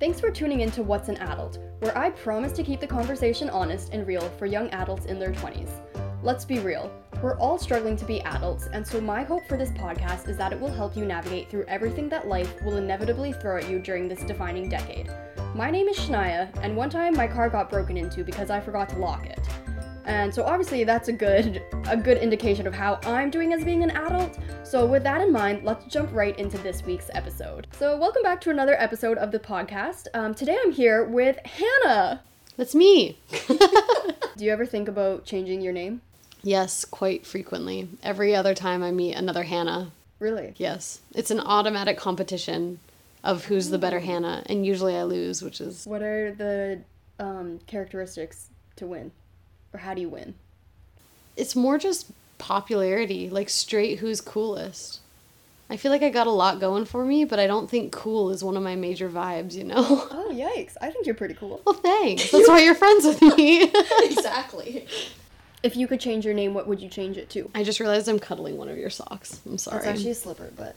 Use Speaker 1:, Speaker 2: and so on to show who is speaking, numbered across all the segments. Speaker 1: Thanks for tuning in to What's an Adult, where I promise to keep the conversation honest and real for young adults in their 20s. Let's be real, we're all struggling to be adults, and so my hope for this podcast is that it will help you navigate through everything that life will inevitably throw at you during this defining decade. My name is Shania, and one time my car got broken into because I forgot to lock it. And so obviously that's a good a good indication of how I'm doing as being an adult. So with that in mind, let's jump right into this week's episode. So welcome back to another episode of the podcast. Um, today I'm here with Hannah.
Speaker 2: That's me.
Speaker 1: Do you ever think about changing your name?
Speaker 2: Yes, quite frequently. Every other time I meet another Hannah.
Speaker 1: Really?
Speaker 2: Yes. It's an automatic competition of who's the better Hannah, and usually I lose, which is
Speaker 1: What are the um, characteristics to win, or how do you win?
Speaker 2: it's more just popularity, like straight who's coolest. I feel like I got a lot going for me, but I don't think cool is one of my major vibes, you know?
Speaker 1: Oh yikes! I think you're pretty cool.
Speaker 2: Well, thanks. That's why you're friends with me.
Speaker 3: exactly.
Speaker 1: If you could change your name, what would you change it to?
Speaker 2: I just realized I'm cuddling one of your socks. I'm sorry.
Speaker 3: It's actually a slipper, but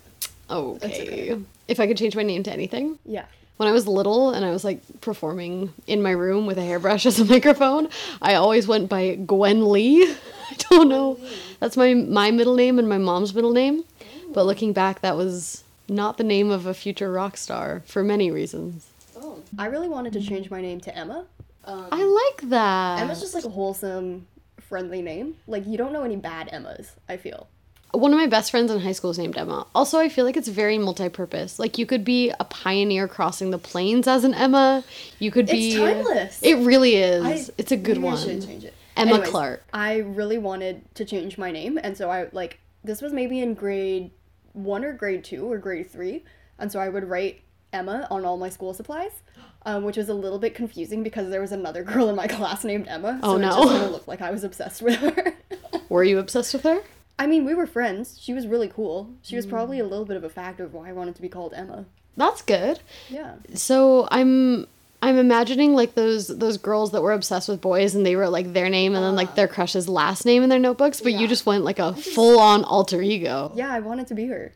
Speaker 2: okay. If I could change my name to anything,
Speaker 1: Yeah.
Speaker 2: When I was little and I was like performing in my room with a hairbrush as a microphone, I always went by Gwen Lee. I don't know. That's my my middle name and my mom's middle name. But looking back, that was not the name of a future rock star for many reasons.
Speaker 3: oh,
Speaker 1: I really wanted to change my name to Emma.
Speaker 3: um,
Speaker 2: I like that.
Speaker 1: Emma's just like a wholesome, friendly name. Like you don't know any bad Emmas. I feel.
Speaker 2: One of my best friends in high school is named Emma. Also, I feel like it's very multi-purpose. Like you could be a pioneer crossing the plains as an Emma. You could be
Speaker 1: It's timeless.
Speaker 2: It really is.
Speaker 1: I-
Speaker 2: it's a good
Speaker 1: maybe I
Speaker 2: one.
Speaker 1: should change it.
Speaker 2: Emma
Speaker 1: Anyways,
Speaker 2: Clark.
Speaker 1: I really wanted to change my name, and so I like this was maybe in grade one or grade two or grade three, and so I would write Emma on all my school supplies, um, which was a little bit confusing because there was another girl in my class named Emma. So
Speaker 2: Oh,
Speaker 1: it
Speaker 2: no.
Speaker 1: just kind of looked like I was obsessed with her.
Speaker 2: Were you obsessed with her?
Speaker 1: I mean, we were friends. She was really cool. She was probably a little bit of a factor of why I wanted to be called Emma.
Speaker 2: That's good.
Speaker 1: Yeah.
Speaker 2: So I'm I'm imagining like those those girls that were obsessed with boys and they wrote like their name and then like their crush's last name in their notebooks, but you
Speaker 1: Yeah.
Speaker 2: just went like a full on alter ego.
Speaker 1: Yeah, I wanted to be her.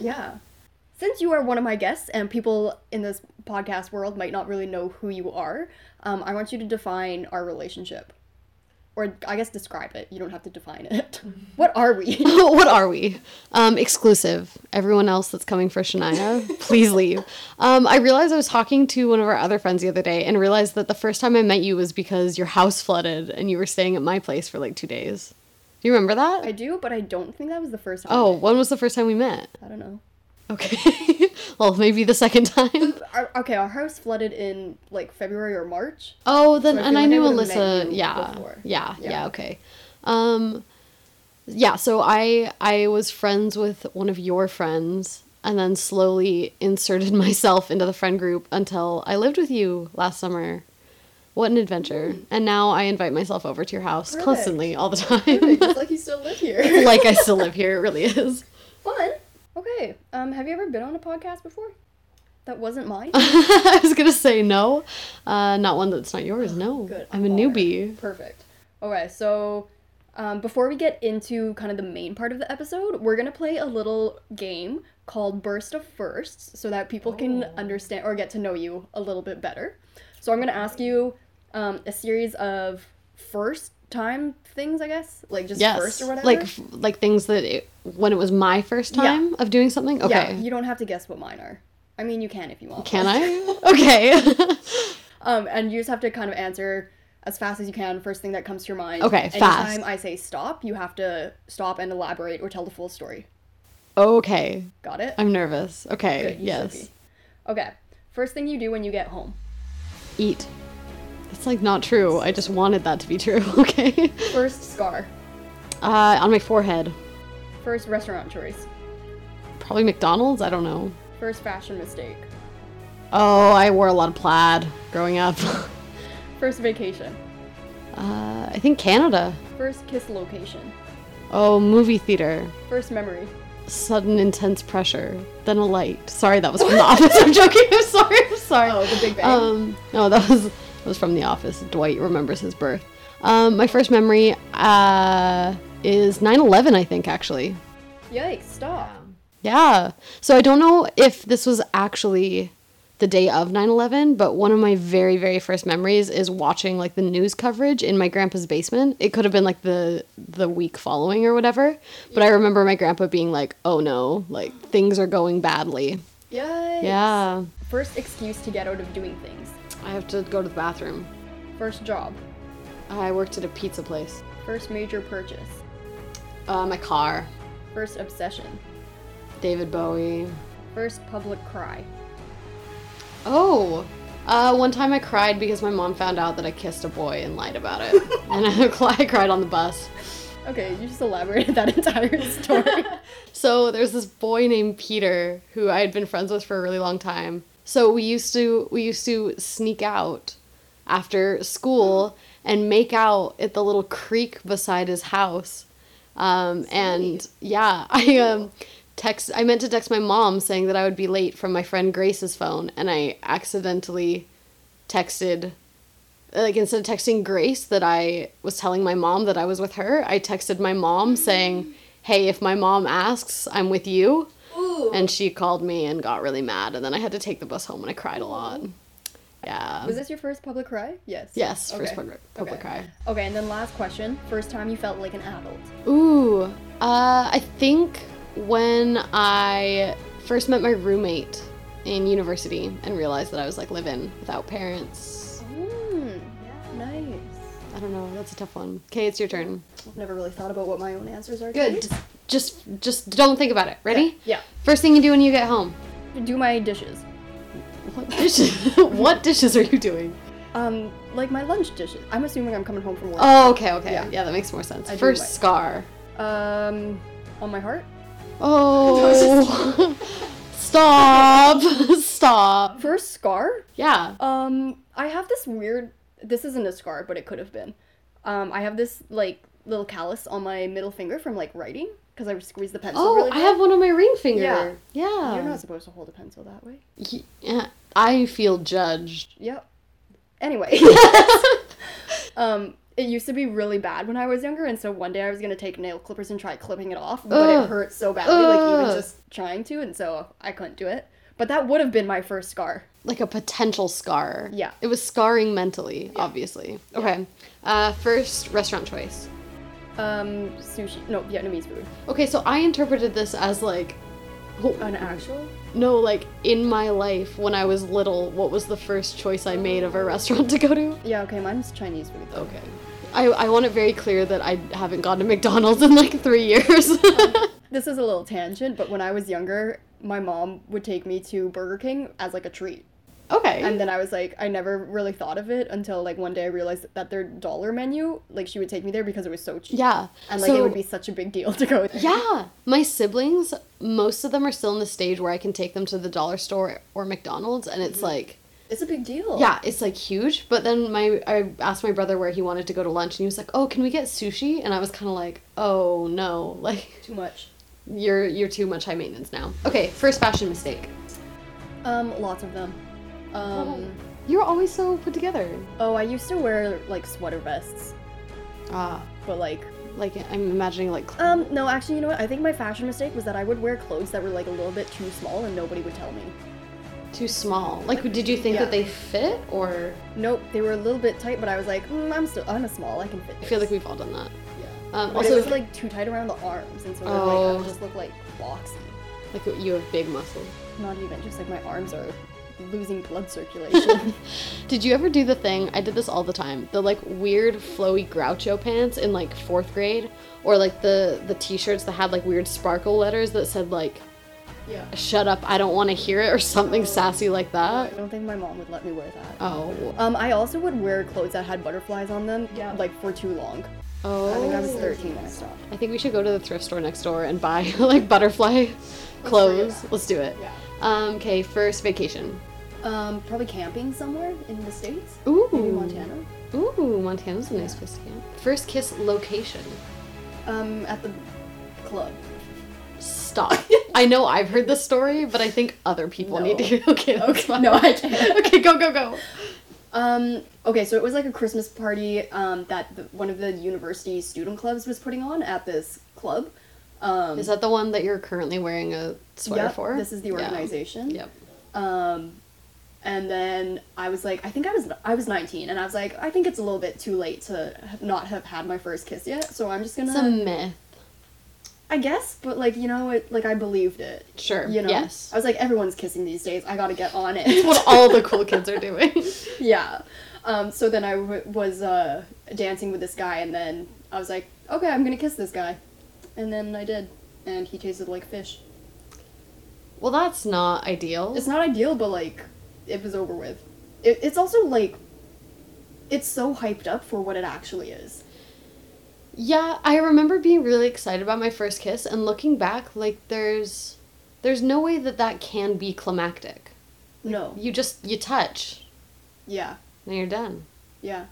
Speaker 1: yeah. Since you are one of my guests and people in this podcast world might not really know who you are, um, I want you to define our relationship. Or I guess describe it. You don't have to define it. What are we?
Speaker 2: what are we? Um, exclusive. Everyone else that's coming for Shania, please leave. Um, I realized I was talking to one of our other friends the other day and realized that the first time I met you was because your house flooded and you were staying at my place for like two days. Do you remember that?
Speaker 1: I do, but I don't think that was the first time.
Speaker 2: oh, when was the first time we met?
Speaker 1: I don't know.
Speaker 2: Okay. well, maybe the second time.
Speaker 1: Our, okay, our house flooded in like February or March.
Speaker 2: Oh, then
Speaker 1: So I
Speaker 2: and
Speaker 1: feel
Speaker 2: I
Speaker 1: like I
Speaker 2: knew
Speaker 1: would've met
Speaker 2: Alyssa.
Speaker 1: you
Speaker 2: Yeah,
Speaker 1: before.
Speaker 2: yeah,
Speaker 1: Yeah.
Speaker 2: yeah, Okay. Um, yeah. So I I was friends with one of your friends, and then slowly inserted myself into the friend group until I lived with you last summer. What an adventure! And now I invite myself over to your house
Speaker 1: Hmm. Perfect.
Speaker 2: constantly, all the time.
Speaker 1: It's like you still live here.
Speaker 2: like I still live here. It really is.
Speaker 1: Fun. Okay. Um, have you ever been on a podcast before? That wasn't mine.
Speaker 2: I was gonna say no, uh, not one that's not yours. No,
Speaker 1: Oh, Good.
Speaker 2: I'm a
Speaker 1: honored.
Speaker 2: newbie.
Speaker 1: Perfect. Okay, so um, before we get into kind of the main part of the episode, we're gonna play a little game called Burst of Firsts, so that people can
Speaker 2: Oh.
Speaker 1: understand or get to know you a little bit better. So I'm gonna ask you um, a series of first time things, I guess, like just
Speaker 2: Yes,
Speaker 1: first or whatever.
Speaker 2: like f- like things that it, when it was my first
Speaker 1: Yeah.
Speaker 2: time of doing something.
Speaker 1: yeah,
Speaker 2: Okay,
Speaker 1: you don't have to guess what mine are. I mean, you can if you want.
Speaker 2: can I? Okay,
Speaker 1: Um, and you just have to kind of answer as fast as you can, first thing that comes to your mind.
Speaker 2: Okay, fast.
Speaker 1: Anytime I say stop, you have to stop and elaborate or tell the full story.
Speaker 2: okay.
Speaker 1: Got it?
Speaker 2: I'm nervous. Okay,
Speaker 1: Good, you should
Speaker 2: yes,
Speaker 1: be. Okay. First thing you do when you get home.
Speaker 2: eat. That's like not true. I just wanted that to be true. Okay,
Speaker 1: First scar.
Speaker 2: uh, on my forehead,
Speaker 1: First restaurant choice.
Speaker 2: probably McDonald's. I don't know.
Speaker 1: First fashion mistake.
Speaker 2: Oh, I wore a lot of plaid growing up. uh,
Speaker 1: First vacation.
Speaker 2: I think Canada.
Speaker 1: First kiss location.
Speaker 2: Oh, movie theater.
Speaker 1: First memory.
Speaker 2: Sudden intense pressure, then a light. Sorry, that was from the office. I'm joking. I'm sorry. I'm sorry.
Speaker 1: Oh, the Big Bang.
Speaker 2: Um, no, that was that was from The Office. Dwight remembers his birth. Um, my first memory uh, is 9/11, I think, actually.
Speaker 1: Yikes, stop.
Speaker 2: Yeah. So I don't know if this was actually the day of 9-11 but one of my very very first memories is watching like the news coverage in my grandpa's basement it could have been like the the week following or whatever but i remember my grandpa being like oh no like things are going badly
Speaker 1: Yikes.
Speaker 2: yeah
Speaker 1: First excuse to get out of doing things.
Speaker 2: i have to go to the bathroom
Speaker 1: First job.
Speaker 2: i worked at a pizza place
Speaker 1: First major purchase.
Speaker 2: uh, my car
Speaker 1: First obsession.
Speaker 2: david bowie
Speaker 1: First public cry.
Speaker 2: Oh, uh, one time I cried because my mom found out that I kissed a boy and lied about it, and I, cri- I cried on the bus.
Speaker 1: Okay, you just elaborated that entire story.
Speaker 2: So there's this boy named Peter who I had been friends with for a really long time. So we used to we used to sneak out after school and make out at the little creek beside his house. Um, and yeah, I um text I meant to text my mom saying that I would be late from my friend Grace's phone and I accidentally texted like instead of texting Grace that I was telling my mom that I was with her, I texted my mom saying, "Hey, if my mom asks, I'm with you."
Speaker 3: Ooh.
Speaker 2: And she called me and got really mad, and then I had to take the bus home and I cried a lot. Yeah.
Speaker 1: Was this your first public cry? Yes.
Speaker 2: yes, first
Speaker 1: Okay.
Speaker 2: public, public
Speaker 1: okay.
Speaker 2: cry.
Speaker 1: Okay, and then last question. First time you felt like an adult.
Speaker 2: Ooh, uh, I think when I first met my roommate in university and realized that I was like living without parents.
Speaker 1: Mm, nice.
Speaker 2: I don't know. That's a tough one. Okay, it's your turn.
Speaker 1: I've never really thought about what my own answers are.
Speaker 2: Good. Just, just don't think about it. Ready?
Speaker 1: Yeah.
Speaker 2: First thing you do when you get home.
Speaker 1: Do my dishes.
Speaker 2: What dishes? what dishes are you doing?
Speaker 1: Um, like my lunch dishes. I'm assuming I'm coming home from work.
Speaker 2: Oh, okay, okay.
Speaker 1: Yeah.
Speaker 2: Yeah, that makes more sense.
Speaker 1: I do
Speaker 2: First
Speaker 1: like-
Speaker 2: scar.
Speaker 1: Um, on my heart.
Speaker 2: Oh. Stop. Stop.
Speaker 1: First scar.
Speaker 2: Yeah.
Speaker 1: Um, I have this weird. This isn't a scar, but it could have been. Um, I have this like little callus on my middle finger from like writing because I squeezed the pencil.
Speaker 2: Oh,
Speaker 1: really
Speaker 2: I have one on my ring finger.
Speaker 1: Yeah.
Speaker 2: Yeah.
Speaker 1: hard. You're
Speaker 2: Yeah.
Speaker 1: not supposed to hold a pencil that way.
Speaker 2: I feel judged.
Speaker 1: Yep. Anyway. um, it used to be really bad when I was younger, and so one day I was gonna take nail clippers and try clipping it off, but it
Speaker 2: Ugh.
Speaker 1: hurt so badly, like even
Speaker 2: Ugh.
Speaker 1: just trying to, and so I couldn't do it. But that would have been my first scar.
Speaker 2: Like a potential scar.
Speaker 1: Yeah.
Speaker 2: It was scarring mentally, obviously. Okay. Uh, first restaurant choice.
Speaker 1: Um, sushi. No, Vietnamese food.
Speaker 2: Okay, so I interpreted this as like. oh,
Speaker 1: An actual?
Speaker 2: No, like in my life when I was little, what was the first choice I made of a restaurant to go to?
Speaker 1: Yeah. Okay, mine's Chinese food. though.
Speaker 2: Okay. I, I want it very clear that I haven't gone to McDonald's in like three years.
Speaker 1: This is a little tangent, but when I was younger, my mom would take me to Burger King as like a treat.
Speaker 2: okay.
Speaker 1: And then I was like, I never really thought of it until like one day I realized that their dollar menu, like she would take me there because it was so cheap.
Speaker 2: yeah.
Speaker 1: And like it
Speaker 2: So-
Speaker 1: would be such a big deal to go there.
Speaker 2: Yeah. My siblings, most of them are still in the stage where I can take them to the dollar store or McDonald's and
Speaker 1: Mm-hmm.
Speaker 2: it's like
Speaker 1: It's a big deal.
Speaker 2: yeah, it's like huge. But then my I asked my brother where he wanted to go to lunch and he was like, Oh, can we get sushi? And I was kinda like, Oh no, like
Speaker 1: Too much.
Speaker 2: you're you're too much high maintenance now. Okay, first fashion mistake.
Speaker 1: Um, lots of them. Um,
Speaker 2: You're always so put together.
Speaker 1: oh, I used to wear like sweater vests,
Speaker 2: Ah,
Speaker 1: but like,
Speaker 2: like I'm imagining like cl-
Speaker 1: um, no, actually, you know what? I think my fashion mistake was that I would wear clothes that were like a little bit too small and nobody would tell me.
Speaker 2: too small. Like, did you think
Speaker 1: Yeah.
Speaker 2: that they fit, or
Speaker 1: Nope, they were a little bit tight, but I was like, mm, I'm still, I'm a small, I can fit.
Speaker 2: I feel like
Speaker 1: this."
Speaker 2: we've all done that.
Speaker 1: Yeah.
Speaker 2: Um,
Speaker 1: But it
Speaker 2: also,
Speaker 1: was
Speaker 2: like,
Speaker 1: like too tight around the arms, and so then, like, I would
Speaker 2: Oh.
Speaker 1: just look like boxy.
Speaker 2: you have big muscles.
Speaker 1: Not even just like my arms are losing blood circulation.
Speaker 2: Did you ever do the thing? I did this all the time. The like weird flowy Groucho pants in like fourth grade, or like the the T-shirts that had like weird sparkle letters that said like
Speaker 1: yeah.
Speaker 2: "Shut up, I don't want to hear it" or something sassy like
Speaker 1: I
Speaker 2: that.
Speaker 1: don't think my mom would let me wear that.
Speaker 2: Oh,
Speaker 1: Um, I also would wear clothes that had butterflies on them,
Speaker 3: Yeah.
Speaker 1: like for too long.
Speaker 2: oh.
Speaker 1: I think I was 13 when I stopped.
Speaker 2: I think we should go to the thrift store next door and buy like butterfly clothes. Let's do it.
Speaker 1: Yeah.
Speaker 2: Um, okay, first vacation.
Speaker 1: Um, probably camping somewhere in the states,
Speaker 2: Ooh.
Speaker 1: maybe Montana.
Speaker 2: Ooh, Montana's a nice place to camp. First kiss location.
Speaker 1: Um, at the club.
Speaker 2: Stop. I know I've heard this story, but I think other people
Speaker 1: No.
Speaker 2: need to. Okay, that's fine.
Speaker 1: No, I can't.
Speaker 2: okay, go go go.
Speaker 1: Um, okay, so it was like a Christmas party um, that the, one of the university student clubs was putting on at this club. Um,
Speaker 2: Is that the one that you're currently wearing a sweater
Speaker 1: yep,
Speaker 2: for?
Speaker 1: This is the
Speaker 2: Yeah.
Speaker 1: organization.
Speaker 2: Yep.
Speaker 1: Um, and then I was like, I think I was I was 19, and I was like, I think it's a little bit too late to have not have had my first kiss yet, so I'm just gonna.
Speaker 2: It's a myth.
Speaker 1: I guess, but like you know, it like I believed it.
Speaker 2: Sure.
Speaker 1: You know.
Speaker 2: Yes.
Speaker 1: I was like, everyone's kissing these days. I gotta get on
Speaker 2: It's
Speaker 1: it.
Speaker 2: what all the cool kids are doing.
Speaker 1: yeah. Um, so then I w- was uh, dancing with this guy, and then I was like, okay, I'm gonna kiss this guy, and then I did, and he tasted like fish.
Speaker 2: Well, that's not ideal.
Speaker 1: It's not ideal, but like, it was over with. It, it's also like, it's so hyped up for what it actually is.
Speaker 2: Yeah, I remember being really excited about my first kiss and looking back like there's there's no way that that can be climactic.
Speaker 1: No.
Speaker 2: You just you touch
Speaker 1: Yeah.
Speaker 2: and you're done.
Speaker 1: Yeah.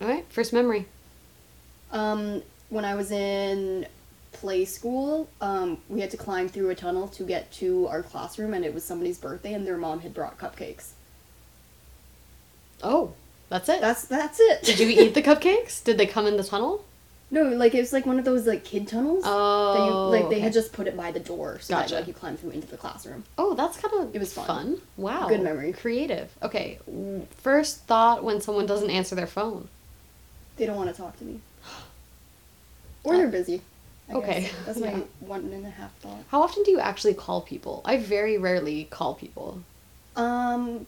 Speaker 2: All right? First memory.
Speaker 1: Um, when I was in play school, um, we had to climb through a tunnel to get to our classroom, and it was somebody's birthday, and their mom had brought cupcakes.
Speaker 2: Oh, that's it.
Speaker 1: That's that's it.
Speaker 2: Did you eat the cupcakes? Did they come in the tunnel?
Speaker 1: No, like it was like one of those like kid tunnels. that you,
Speaker 2: Oh.
Speaker 1: like they
Speaker 2: okay.
Speaker 1: had just put it by the door, so
Speaker 2: Gotcha.
Speaker 1: that like you climb through into the classroom.
Speaker 2: Oh, that's kind of
Speaker 1: It was fun.
Speaker 2: Wow.
Speaker 1: Good memory.
Speaker 2: Creative. Okay. w- First thought when someone doesn't answer their phone.
Speaker 1: They don't want to talk to me, or they're busy. I
Speaker 2: Okay.
Speaker 1: guess. that's my
Speaker 2: Yeah.
Speaker 1: one and a half thought.
Speaker 2: How often do you actually call people? I very rarely call people.
Speaker 1: Um,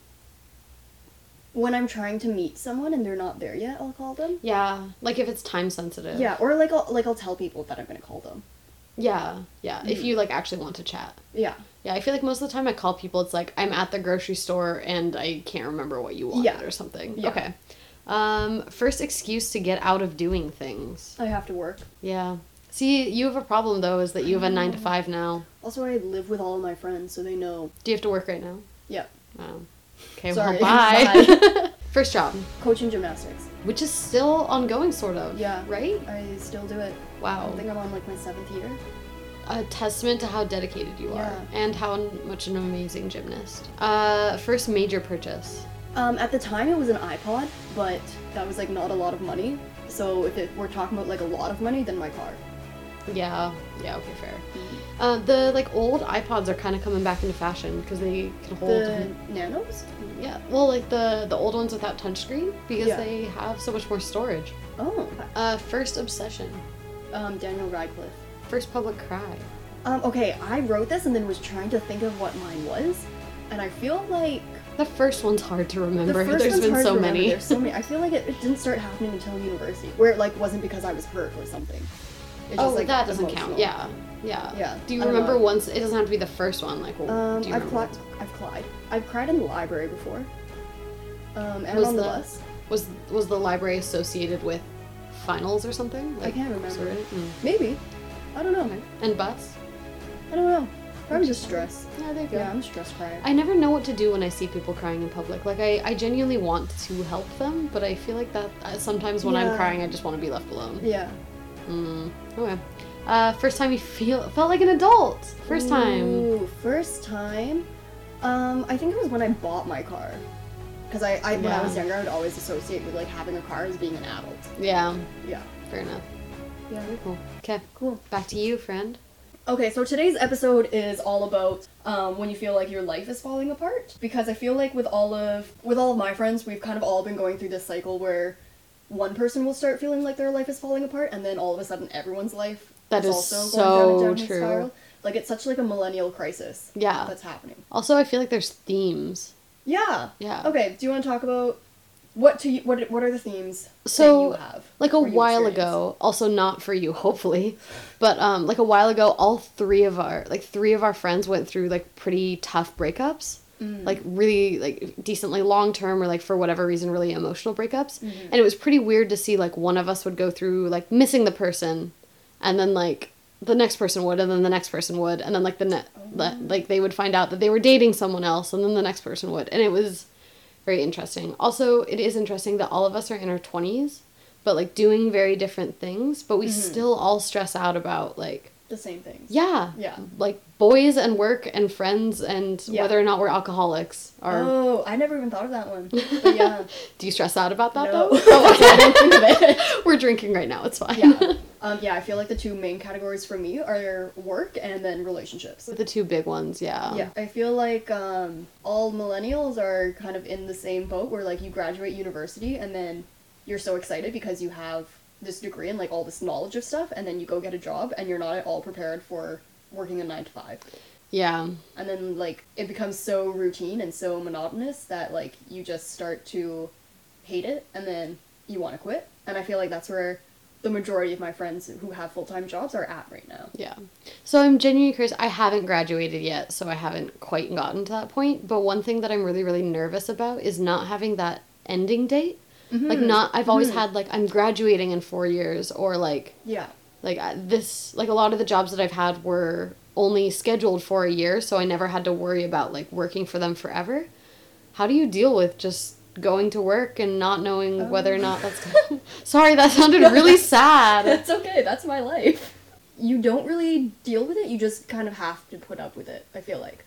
Speaker 1: when I'm trying to meet someone and they're not there yet, I'll call them.
Speaker 2: Yeah, like if it's time sensitive.
Speaker 1: Yeah, or like I'll like I'll tell people that I'm gonna call them.
Speaker 2: Yeah, yeah. If
Speaker 1: Mhm.
Speaker 2: you like actually want to chat.
Speaker 1: Yeah,
Speaker 2: Yeah, I feel like most of the time I call people, it's like I'm at the grocery store and I can't remember what you wanted
Speaker 1: Yeah.
Speaker 2: or something.
Speaker 1: Yeah.
Speaker 2: Okay. Um, first excuse to get out of doing things.
Speaker 1: I have to work.
Speaker 2: Yeah. See, you have a problem though, is that you have a nine to
Speaker 1: Mm.
Speaker 2: five now.
Speaker 1: Also, I live with all of my friends, so they know.
Speaker 2: Do you have to work right now?
Speaker 1: Yeah,
Speaker 2: Wow. Okay,
Speaker 1: Sorry.
Speaker 2: well, bye. first job,
Speaker 1: coaching gymnastics.
Speaker 2: which is still ongoing, sort of.
Speaker 1: Yeah.
Speaker 2: Right?
Speaker 1: I still do it. I
Speaker 2: Wow.
Speaker 1: think I'm on like my seventh year.
Speaker 2: a testament to how dedicated you
Speaker 1: Yeah.
Speaker 2: are and how much an amazing gymnast. Uh, first major purchase.
Speaker 1: Um, at the time, it was an iPod, but that was like not a lot of money. So if it, we're talking about like a lot of money, then my car.
Speaker 2: Yeah, yeah, okay, fair. Uh, the like old iPods are kind of coming back into fashion because they can hold.
Speaker 1: The Nanos?
Speaker 2: Yeah, well, like the the old ones without touchscreen because
Speaker 1: Yeah.
Speaker 2: they have so much more storage.
Speaker 1: Oh,
Speaker 2: Uh, first obsession,
Speaker 1: um, Daniel Radcliffe.
Speaker 2: first public cry.
Speaker 1: Um, okay, I wrote this and then was trying to think of what mine was, and I feel like
Speaker 2: The first one's hard to remember.
Speaker 1: the 1st
Speaker 2: There's
Speaker 1: one's
Speaker 2: been
Speaker 1: hard
Speaker 2: so
Speaker 1: to remember.
Speaker 2: many.
Speaker 1: There's so many. I feel like it, it didn't start happening until university, where it like wasn't because I was hurt or something. It's
Speaker 2: oh,
Speaker 1: just, like,
Speaker 2: that doesn't
Speaker 1: emotional.
Speaker 2: count. Yeah, yeah.
Speaker 1: Yeah,
Speaker 2: Do you
Speaker 1: I don't
Speaker 2: remember
Speaker 1: know.
Speaker 2: once? It doesn't have to be the first one. Like, w-
Speaker 1: Um,
Speaker 2: do you
Speaker 1: I've
Speaker 2: remember?
Speaker 1: cried. I've cried. I've cried in the library before. Um, and
Speaker 2: Was
Speaker 1: on the
Speaker 2: the-
Speaker 1: bus.
Speaker 2: Was was the library associated with finals or something?
Speaker 1: I can't remember.
Speaker 2: sort of? Mm.
Speaker 1: Maybe. I don't know.
Speaker 2: And bus?
Speaker 1: I don't know. Probably just stress.
Speaker 2: Yeah, there you go.
Speaker 1: Yeah, I'm a stress crier.
Speaker 2: I never know what to do when I see people crying in public. Like I, I genuinely want to help them, but I feel like that uh, sometimes when I'm
Speaker 1: Yeah.
Speaker 2: crying, I just want to be left alone.
Speaker 1: yeah.
Speaker 2: Mm. Okay. Uh, first time you feel felt like an adult. First time.
Speaker 1: Ooh, first time. Um, I think it was when I bought my car. Cause I, I when I was
Speaker 2: Yeah.
Speaker 1: younger, I would always associate with like having a car as being an adult.
Speaker 2: Yeah.
Speaker 1: Yeah.
Speaker 2: Fair enough.
Speaker 1: Yeah.
Speaker 2: Cool. Okay.
Speaker 1: Cool.
Speaker 2: Back to you, friend.
Speaker 1: Okay, so today's episode is all about um, when you feel like your life is falling apart. Because I feel like with all of with all of my friends, we've kind of all been going through this cycle where one person will start feeling like their life is falling apart, and then all of a sudden, everyone's life
Speaker 2: That is
Speaker 1: going down a
Speaker 2: so
Speaker 1: downward
Speaker 2: true.
Speaker 1: Like it's such like a millennial crisis.
Speaker 2: Yeah.
Speaker 1: that's happening.
Speaker 2: Also, I feel like there's themes.
Speaker 1: Yeah.
Speaker 2: Yeah.
Speaker 1: Okay. Do you want to talk about what to you, what what are the themes
Speaker 2: So,
Speaker 1: that you have?
Speaker 2: like a
Speaker 1: or you
Speaker 2: while
Speaker 1: experience?
Speaker 2: ago also not for you hopefully but um like a while ago all three of our like three of our friends went through like pretty tough breakups
Speaker 1: Mm.
Speaker 2: like really like decently long term or like for whatever reason really emotional breakups
Speaker 1: Mm-hmm.
Speaker 2: and it was pretty weird to see like one of us would go through like missing the person and then like the next person would and then the next person would and then like the
Speaker 1: Oh.
Speaker 2: ne- the- like they would find out that they were dating someone else and then the next person would and it was very interesting also it is interesting that all of us are in our
Speaker 1: Mm-hmm.
Speaker 2: 20s but like doing very different things but we still all stress out about like
Speaker 1: The
Speaker 3: the same things.
Speaker 2: Yeah.
Speaker 3: Yeah.
Speaker 2: Like boys and work and friends and
Speaker 1: Yeah.
Speaker 2: whether or not we're alcoholics are.
Speaker 1: Oh, I never even thought of that one.
Speaker 3: But yeah.
Speaker 2: Do you stress out about that
Speaker 1: No.
Speaker 2: though? Oh,
Speaker 1: I don't think of it.
Speaker 2: we're drinking right now. It's fine.
Speaker 1: Yeah. Um, yeah, I feel like the two main categories for me are work and then relationships.
Speaker 2: the two big ones. Yeah.
Speaker 1: Yeah, I feel like um, all millennials are kind of in the same boat where like you graduate university and then you're so excited because you have this degree and like all this knowledge of stuff, and then you go get a job and you're not at all prepared for working a nine to five.
Speaker 2: Yeah.
Speaker 1: And then like it becomes so routine and so monotonous that like you just start to hate it and then you want to quit. And I feel like that's where the majority of my friends who have full time jobs are at right now.
Speaker 2: Yeah. So I'm genuinely curious. I haven't graduated yet, so I haven't quite gotten to that point. But one thing that I'm really, really nervous about is not having that ending date. Like not, I've always had like I'm graduating in four years, or like
Speaker 1: Yeah.
Speaker 2: like I- this like a lot of the jobs that I've had were only scheduled for a year, so I never had to worry about like working for them forever. How do you deal with just going to work and not knowing whether or not that's Sorry, that sounded really sad.
Speaker 1: That's okay. That's my life. You don't really deal with it. You just kind of have to put up with it. I feel like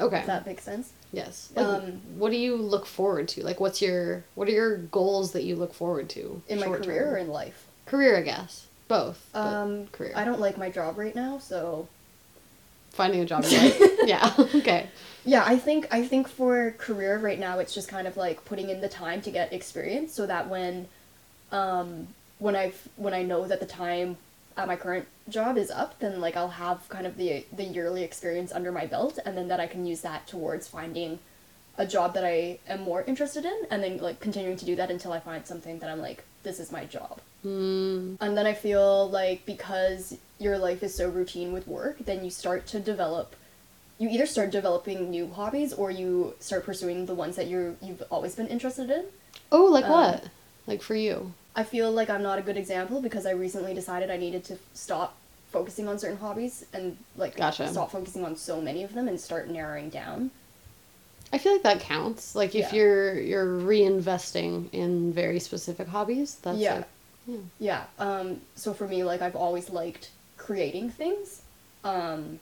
Speaker 2: Okay.
Speaker 1: if that makes sense.
Speaker 2: Yes. Like,
Speaker 1: Um,
Speaker 2: what do you look forward to? Like, what's your what are your goals that you look forward to
Speaker 1: In my
Speaker 2: short
Speaker 1: career
Speaker 2: term?
Speaker 1: or in life.
Speaker 2: career? I guess both. but
Speaker 1: Um,
Speaker 2: career.
Speaker 1: I don't like my job right now, so
Speaker 2: finding a job. you like. yeah. Okay.
Speaker 1: yeah. I think I think for career right now, it's just kind of like putting in the time to get experience, so that when, um, when I when I know that the time at my current job is up, then like I'll have kind of the the yearly experience under my belt, and then that I can use that towards finding a job that I am more interested in, and then like continuing to do that until I find something that I'm like, this is my job.
Speaker 2: Mm,
Speaker 1: And then I feel like because your life is so routine with work, then you start to develop. You either start developing new hobbies or you start pursuing the ones that you're you've always been interested in.
Speaker 2: oh, like
Speaker 1: Um,
Speaker 2: what? Like for you?
Speaker 1: I feel like I'm not a good example because I recently decided I needed to stop focusing on certain hobbies and like
Speaker 2: Gotcha.
Speaker 1: stop focusing on so many of them and start narrowing down.
Speaker 2: I feel like that counts. Like if
Speaker 1: Yeah.
Speaker 2: you're you're reinvesting in very specific hobbies, that's
Speaker 1: Yeah.
Speaker 2: like- yeah.
Speaker 1: Yeah. Um, so for me, like I've always liked creating things, um,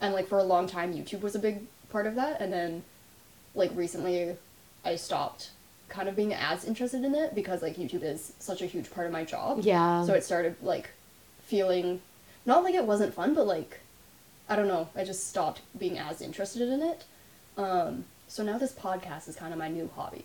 Speaker 1: and like for a long time, YouTube was a big part of that. And then, like recently, I stopped kind of being as interested in it because like YouTube is such a huge part of my job.
Speaker 2: Yeah.
Speaker 1: So it started like feeling not like it wasn't fun, but like I don't know. I just stopped being as interested in it. Um, so now this podcast is kind of my new hobby.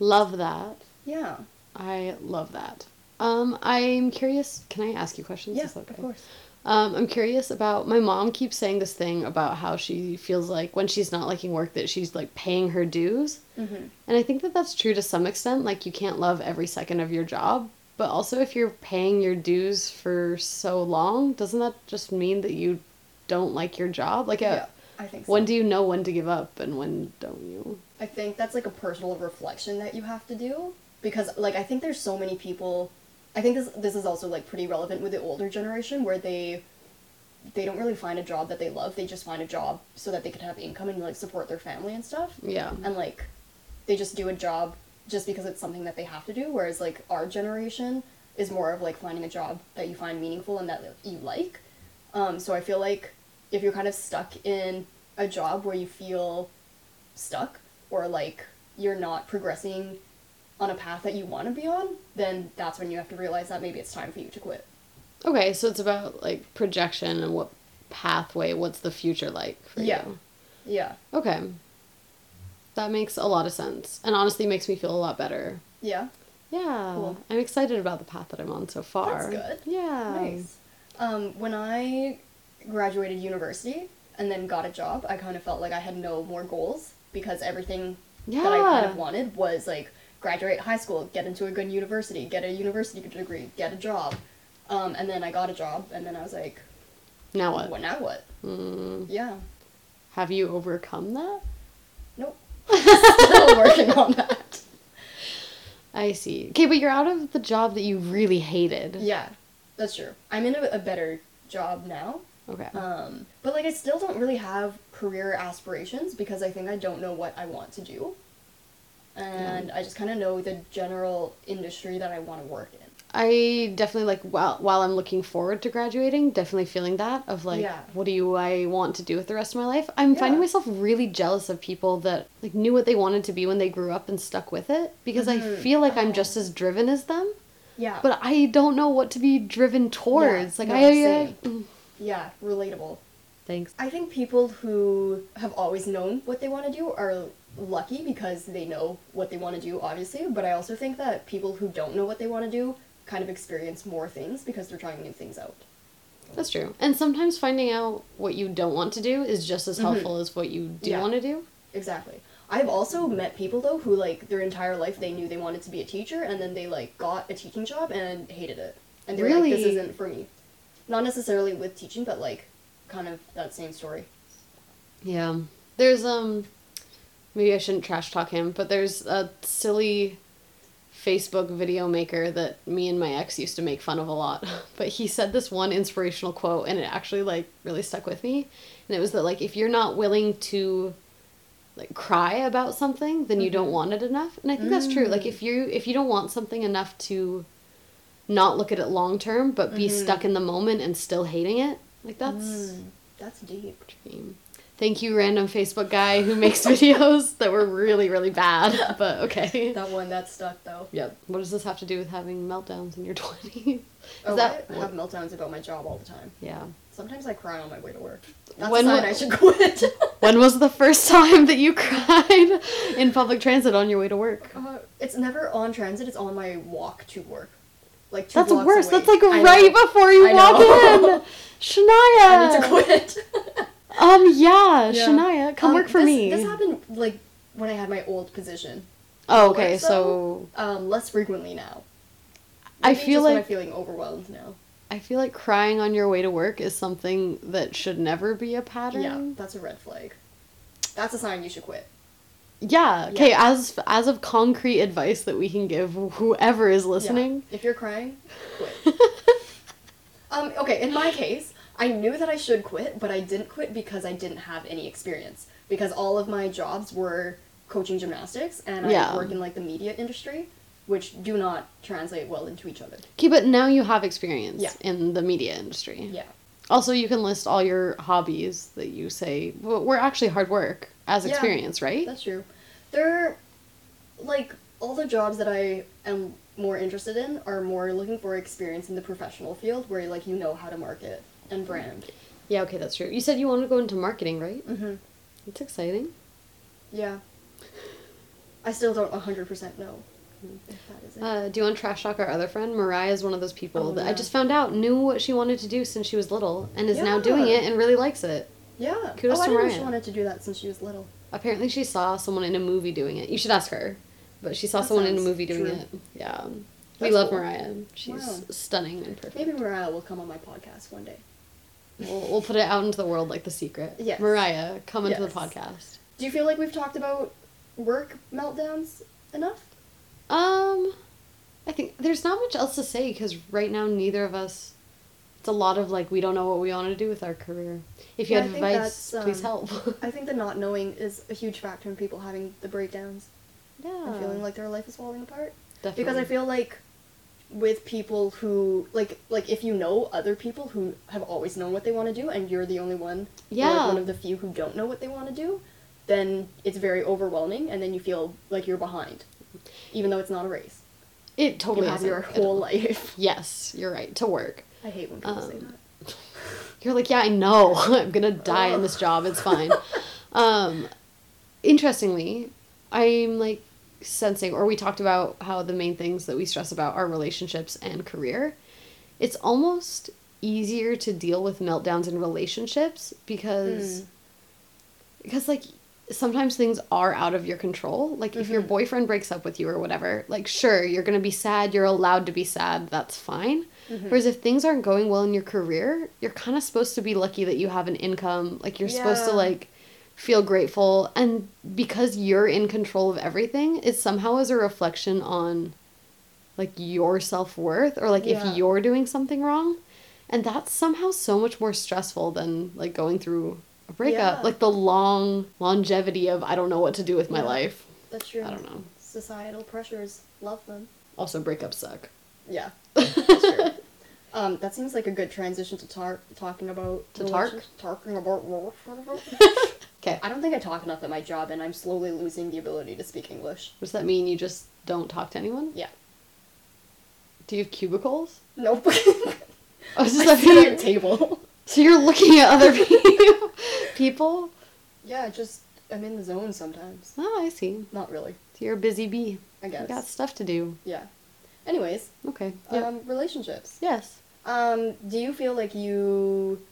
Speaker 2: Love that.
Speaker 1: Yeah.
Speaker 2: I love that. Um, I'm curious. Can I ask you questions?
Speaker 1: Yeah.
Speaker 2: Is that
Speaker 1: Of
Speaker 2: okay?
Speaker 1: course.
Speaker 2: Um, I'm curious about my mom keeps saying this thing about how she feels like when she's not liking work that she's like paying her dues.
Speaker 1: Mm-hmm.
Speaker 2: And I think that that's true to some extent. Like you can't love every second of your job, but also if you're paying your dues for so long, doesn't that just mean that you don't like your job? Like
Speaker 1: Yeah.
Speaker 2: uh
Speaker 1: I think so.
Speaker 2: when do you know when to give up and when don't you?
Speaker 1: I think that's like a personal reflection that you have to do because like I think there's so many people I think this this is also like pretty relevant with the older generation where they they don't really find a job that they love. They just find a job so that they could have income and like support their family and stuff.
Speaker 2: Yeah.
Speaker 1: And like they just do a job just because it's something that they have to do whereas like our generation is more of like finding a job that you find meaningful and that you like. Um, so I feel like if you're kind of stuck in a job where you feel stuck or like you're not progressing on a path that you want to be on, then that's when you have to realize that maybe it's time for you to quit.
Speaker 2: Okay, so it's about like projection and what pathway, what's the future like for
Speaker 1: Yeah.
Speaker 2: you?
Speaker 1: Yeah.
Speaker 2: Okay. That makes a lot of sense. And honestly makes me feel a lot better.
Speaker 1: Yeah.
Speaker 2: Yeah.
Speaker 1: Cool.
Speaker 2: I'm excited about the path that I'm on so far.
Speaker 1: That's good.
Speaker 2: Yeah.
Speaker 1: nice. Um, when I graduated university and then got a job, I kind of felt like I had no more goals because everything that I kind
Speaker 2: Yeah.
Speaker 1: of wanted was like graduate high school, get into a good university, get a university degree, get a job. Um, and then I got a job, and then I was like,
Speaker 2: Now what?
Speaker 1: what now what?
Speaker 2: Mm,
Speaker 1: Yeah.
Speaker 2: have you overcome that?
Speaker 1: Nope. Still working on that.
Speaker 2: I see. Okay, but you're out of the job that you really hated.
Speaker 1: Yeah, that's true. I'm in a, a better job now.
Speaker 2: Okay.
Speaker 1: Um, but like I still don't really have career aspirations because I think I don't know what I want to do. And I just kind of know the general industry that I want to work in.
Speaker 2: I definitely like while while I'm looking forward to graduating, definitely feeling that of like
Speaker 1: Yeah.
Speaker 2: what do I want to do with the rest of my life? I'm finding
Speaker 1: Yeah.
Speaker 2: myself really jealous of people that like knew what they wanted to be when they grew up and stuck with it because I
Speaker 1: Mm-hmm.
Speaker 2: feel like
Speaker 1: Oh.
Speaker 2: I'm just as driven as them,
Speaker 1: Yeah.
Speaker 2: but I don't know what to be driven towards. like
Speaker 1: no,
Speaker 2: I, Mm.
Speaker 1: same.
Speaker 2: I
Speaker 1: yeah, relatable.
Speaker 2: thanks.
Speaker 1: I think people who have always known what they want to do are lucky because they know what they want to do, obviously. But I also think that people who don't know what they want to do kind of experience more things because they're trying new things out.
Speaker 2: That's true. And sometimes finding out what you don't want to do is just as helpful as what you do
Speaker 1: Yeah.
Speaker 2: want to do.
Speaker 1: Exactly. I've also met people though who like their entire life they knew they wanted to be a teacher and then they like got a teaching job and hated it. And they were like, this
Speaker 2: Really?
Speaker 1: isn't for me. Not necessarily with teaching, but like kind of that same story.
Speaker 2: Yeah. There's um maybe I shouldn't trash talk him, but there's a silly Facebook video maker that me and my ex used to make fun of a lot. But he said this one inspirational quote and it actually like really stuck with me. And it was that like if you're not willing to like cry about something, then you don't want it enough. And I think that's true. Like if you if you don't want something enough to not look at it long term, but be stuck in the moment and still hating it, like that's
Speaker 1: Mm. That's deep.
Speaker 2: Shame. Thank you, random Facebook guy who makes videos that were really, really bad. But okay.
Speaker 1: That one that stuck though.
Speaker 2: Yep. What does this have to do with having meltdowns in your twenties?
Speaker 1: Oh,
Speaker 2: Is that
Speaker 1: I have meltdowns about my job all the time.
Speaker 2: yeah?
Speaker 1: Sometimes I cry on my way to work. That's
Speaker 2: When
Speaker 1: when a sign
Speaker 2: wa-
Speaker 1: I should quit.
Speaker 2: When was the first time that you cried in public transit on your way to work?
Speaker 1: uh, it's never on transit. It's on my walk to work. Like two
Speaker 2: That's
Speaker 1: blocks
Speaker 2: worse.
Speaker 1: away.
Speaker 2: That's like
Speaker 1: I know.
Speaker 2: right before you
Speaker 1: I
Speaker 2: walk
Speaker 1: know.
Speaker 2: in. Shania.
Speaker 1: I need to quit.
Speaker 2: Um. Yeah,
Speaker 1: Yeah.
Speaker 2: Shania, come
Speaker 1: Um,
Speaker 2: work for
Speaker 1: this-
Speaker 2: me.
Speaker 1: This happened like when I had my old position.
Speaker 2: oh, okay.
Speaker 1: Work,
Speaker 2: So,
Speaker 1: though, um, less frequently now.
Speaker 2: I
Speaker 1: Maybe
Speaker 2: feel
Speaker 1: just when
Speaker 2: like
Speaker 1: I'm feeling overwhelmed now.
Speaker 2: I feel like crying on your way to work is something that should never be a pattern.
Speaker 1: Yeah, that's a red flag. That's a sign you should quit.
Speaker 2: Yeah. Okay. As as of concrete advice that we can give whoever is
Speaker 1: Yeah.
Speaker 2: listening.
Speaker 1: If you're crying, quit. um, okay, in my case, I knew that I should quit, but I didn't quit because I didn't have any experience. Because all of my jobs were coaching gymnastics, and
Speaker 2: Yeah.
Speaker 1: I work in like the media industry, which do not translate well into each other.
Speaker 2: Okay, but now you have experience
Speaker 1: Yeah.
Speaker 2: in the media industry.
Speaker 1: Yeah.
Speaker 2: Also, you can list all your hobbies that you say well, were actually hard work as
Speaker 1: Yeah.
Speaker 2: experience, right?
Speaker 1: That's true. They're like all the jobs that I am more interested in are more looking for experience in the professional field where like you know how to market and brand.
Speaker 2: yeah. Okay, that's true. You said you want to go into marketing, right?
Speaker 1: Mm-hmm.
Speaker 2: That's exciting.
Speaker 1: Yeah. I still don't 100% know if that is it.
Speaker 2: Uh, do you want to trash talk our other friend? Mariah is one of those people
Speaker 1: Oh,
Speaker 2: that I
Speaker 1: yeah.
Speaker 2: just found out knew what she wanted to do since she was little and is now doing
Speaker 1: Yeah.
Speaker 2: it and really likes it.
Speaker 1: yeah.
Speaker 2: kudos
Speaker 1: oh, I
Speaker 2: to
Speaker 1: didn't know
Speaker 2: Ryan.
Speaker 1: she wanted to do that since she was little.
Speaker 2: Apparently, she saw someone in a movie doing it. You should ask her, but she saw
Speaker 1: That
Speaker 2: someone in a
Speaker 1: sounds
Speaker 2: movie doing
Speaker 1: true.
Speaker 2: it. Yeah, we
Speaker 1: That's
Speaker 2: love
Speaker 1: cool.
Speaker 2: Mariah. She's
Speaker 1: Wow.
Speaker 2: stunning and perfect.
Speaker 1: Maybe Mariah will come on my podcast one day.
Speaker 2: We'll, we'll put it out into the world like the secret.
Speaker 1: Yes.
Speaker 2: Mariah, come into
Speaker 1: Yes.
Speaker 2: the podcast.
Speaker 1: Do you feel like we've talked about work meltdowns enough?
Speaker 2: Um, I think there's not much else to say because right now neither of us. It's a lot of like we don't know what we want to do with our career. If you
Speaker 1: Yeah,
Speaker 2: have
Speaker 1: I think
Speaker 2: advice,
Speaker 1: that's,
Speaker 2: please
Speaker 1: um,
Speaker 2: help.
Speaker 1: I think the not knowing is a huge factor in people having the breakdowns.
Speaker 2: yeah,
Speaker 1: and feeling like their life is falling apart.
Speaker 2: definitely.
Speaker 1: Because I feel like with people who like like if you know other people who have always known what they want to do and you're the only one or, like,
Speaker 2: Yeah.
Speaker 1: one of the few who don't know what they want to do, then it's very overwhelming and then you feel like you're behind. Even though it's not a race.
Speaker 2: it
Speaker 1: You
Speaker 2: totally
Speaker 1: have
Speaker 2: isn't
Speaker 1: your
Speaker 2: at
Speaker 1: whole
Speaker 2: all.
Speaker 1: life.
Speaker 2: Yes, you're right. To work.
Speaker 1: I hate when people say
Speaker 2: Um,
Speaker 1: that.
Speaker 2: You're like, yeah, I know. I'm gonna die in this job. It's fine. um, interestingly, I'm like sensing, or we talked about how the main things that we stress about are relationships and career. It's almost easier to deal with meltdowns in relationships because because like sometimes things are out of your control. Like if
Speaker 1: Mm-hmm.
Speaker 2: your boyfriend breaks up with you or whatever, like sure, you're going to be sad, you're allowed to be sad, that's fine.
Speaker 1: Mm-hmm.
Speaker 2: Whereas if things aren't going well in your career, you're kind of supposed to be lucky that you have an income. Like you're supposed to
Speaker 1: Yeah.
Speaker 2: like feel grateful and because you're in control of everything, it somehow is a reflection on like your self-worth or like
Speaker 1: Yeah.
Speaker 2: if you're doing something wrong. And that's somehow so much more stressful than like going through a breakup.
Speaker 1: Yeah.
Speaker 2: Like the long longevity of I don't know what to do with my
Speaker 1: Yeah.
Speaker 2: life.
Speaker 1: That's true.
Speaker 2: I don't know.
Speaker 1: Societal pressures. Love them.
Speaker 2: Also, breakups suck.
Speaker 1: Yeah, that's true. Um, that seems like a good transition to tar- talking about
Speaker 2: To tark?
Speaker 1: religion- talking about.
Speaker 2: Okay.
Speaker 1: I don't think I talk enough at my job, and I'm slowly losing the ability to speak English.
Speaker 2: Does that mean you just don't talk to anyone?
Speaker 1: Yeah.
Speaker 2: Do you have cubicles?
Speaker 1: Nope.
Speaker 2: Oh, is
Speaker 1: I
Speaker 2: this that
Speaker 1: sit at a
Speaker 2: you
Speaker 1: table.
Speaker 2: so you're looking at other people? people?
Speaker 1: Yeah, I just I'm in the zone sometimes.
Speaker 2: Oh, I see.
Speaker 1: Not really,
Speaker 2: So you're a busy bee.
Speaker 1: I guess.
Speaker 2: You got stuff to do.
Speaker 1: Yeah. Anyways,
Speaker 2: Okay. Yep.
Speaker 1: um, relationships.
Speaker 2: yes.
Speaker 1: Um, do you feel like you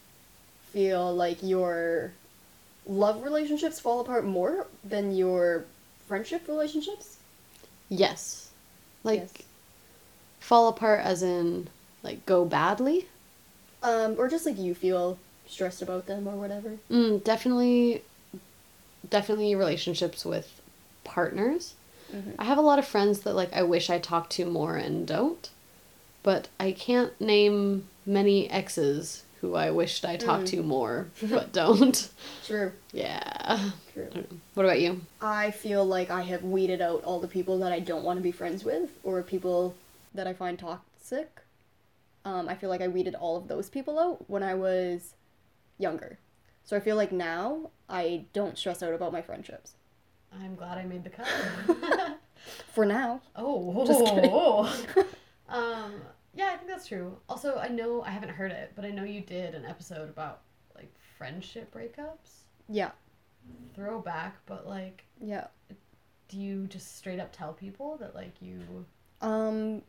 Speaker 1: feel like your love relationships fall apart more than your friendship relationships?
Speaker 2: Yes. Like
Speaker 1: Yes.
Speaker 2: fall apart as in like go badly?
Speaker 1: Um, or just like you feel stressed about them or whatever?
Speaker 2: Mm, definitely definitely relationships with partners.
Speaker 1: Mm-hmm.
Speaker 2: I have a lot of friends that like I wish I talked to more and don't. But I can't name many exes who I wished I talked
Speaker 1: Mm.
Speaker 2: to more but don't.
Speaker 1: True.
Speaker 2: Yeah.
Speaker 1: True.
Speaker 2: What about you?
Speaker 1: I feel like I have weeded out all the people that I don't want to be friends with or people that I find toxic. Um, I feel like I weeded all of those people out when I was younger. So I feel like now I don't stress out about my friendships.
Speaker 2: I'm glad I made the cut.
Speaker 1: For now.
Speaker 2: Oh,
Speaker 1: Just kidding.
Speaker 2: um, yeah, I think that's true. Also, I know I haven't heard it, but I know you did an episode about like friendship breakups.
Speaker 1: Yeah.
Speaker 2: Throwback, but like,
Speaker 1: Yeah.
Speaker 2: do you just straight up tell people that like you?
Speaker 1: Um,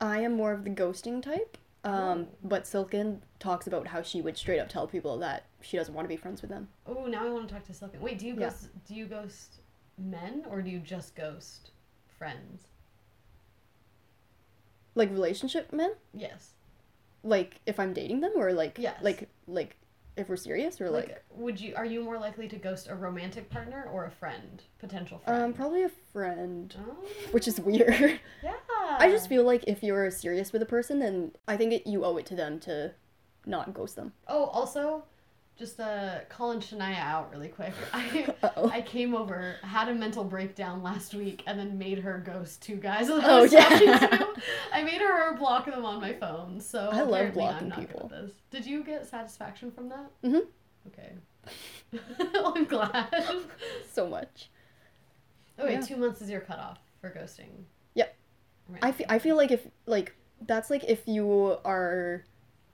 Speaker 1: I am more of the ghosting type. Um,
Speaker 2: Oh.
Speaker 1: but Silken talks about how she would straight up tell people that she doesn't want to be friends with them.
Speaker 2: Oh, now I want to talk to Silken. Wait, do you
Speaker 1: Yeah.
Speaker 2: ghost? Do you ghost men or do you just ghost friends?
Speaker 1: Like relationship men?
Speaker 2: Yes.
Speaker 1: Like if I'm dating them or like
Speaker 2: Yes.
Speaker 1: like like if we're serious or
Speaker 2: Like,
Speaker 1: like um,
Speaker 2: would you? Are you more likely to ghost a romantic partner or a friend, potential friend?
Speaker 1: Um, probably a friend,
Speaker 2: Oh,
Speaker 1: which is weird.
Speaker 2: yeah.
Speaker 1: I
Speaker 2: Uh.
Speaker 1: just feel like if you're serious with a person, then I think it, you owe it to them to not ghost them.
Speaker 2: Oh, also, just uh, calling Shania out really quick. I
Speaker 1: Uh-oh.
Speaker 2: I came over, had a mental breakdown last week, and then made her ghost two guys that I
Speaker 1: Oh,
Speaker 2: was
Speaker 1: yeah.
Speaker 2: talking to. I made her block them on my phone. So
Speaker 1: I love
Speaker 2: apparently
Speaker 1: blocking
Speaker 2: I'm not
Speaker 1: people.
Speaker 2: Good at this. Did you get satisfaction from that?
Speaker 1: Mhm.
Speaker 2: Okay. well, I'm glad.
Speaker 1: So much.
Speaker 2: Oh wait,
Speaker 1: Yeah.
Speaker 2: two months is your cutoff for ghosting.
Speaker 1: Yep.
Speaker 2: Right.
Speaker 1: I fe- I feel like if like that's like if you are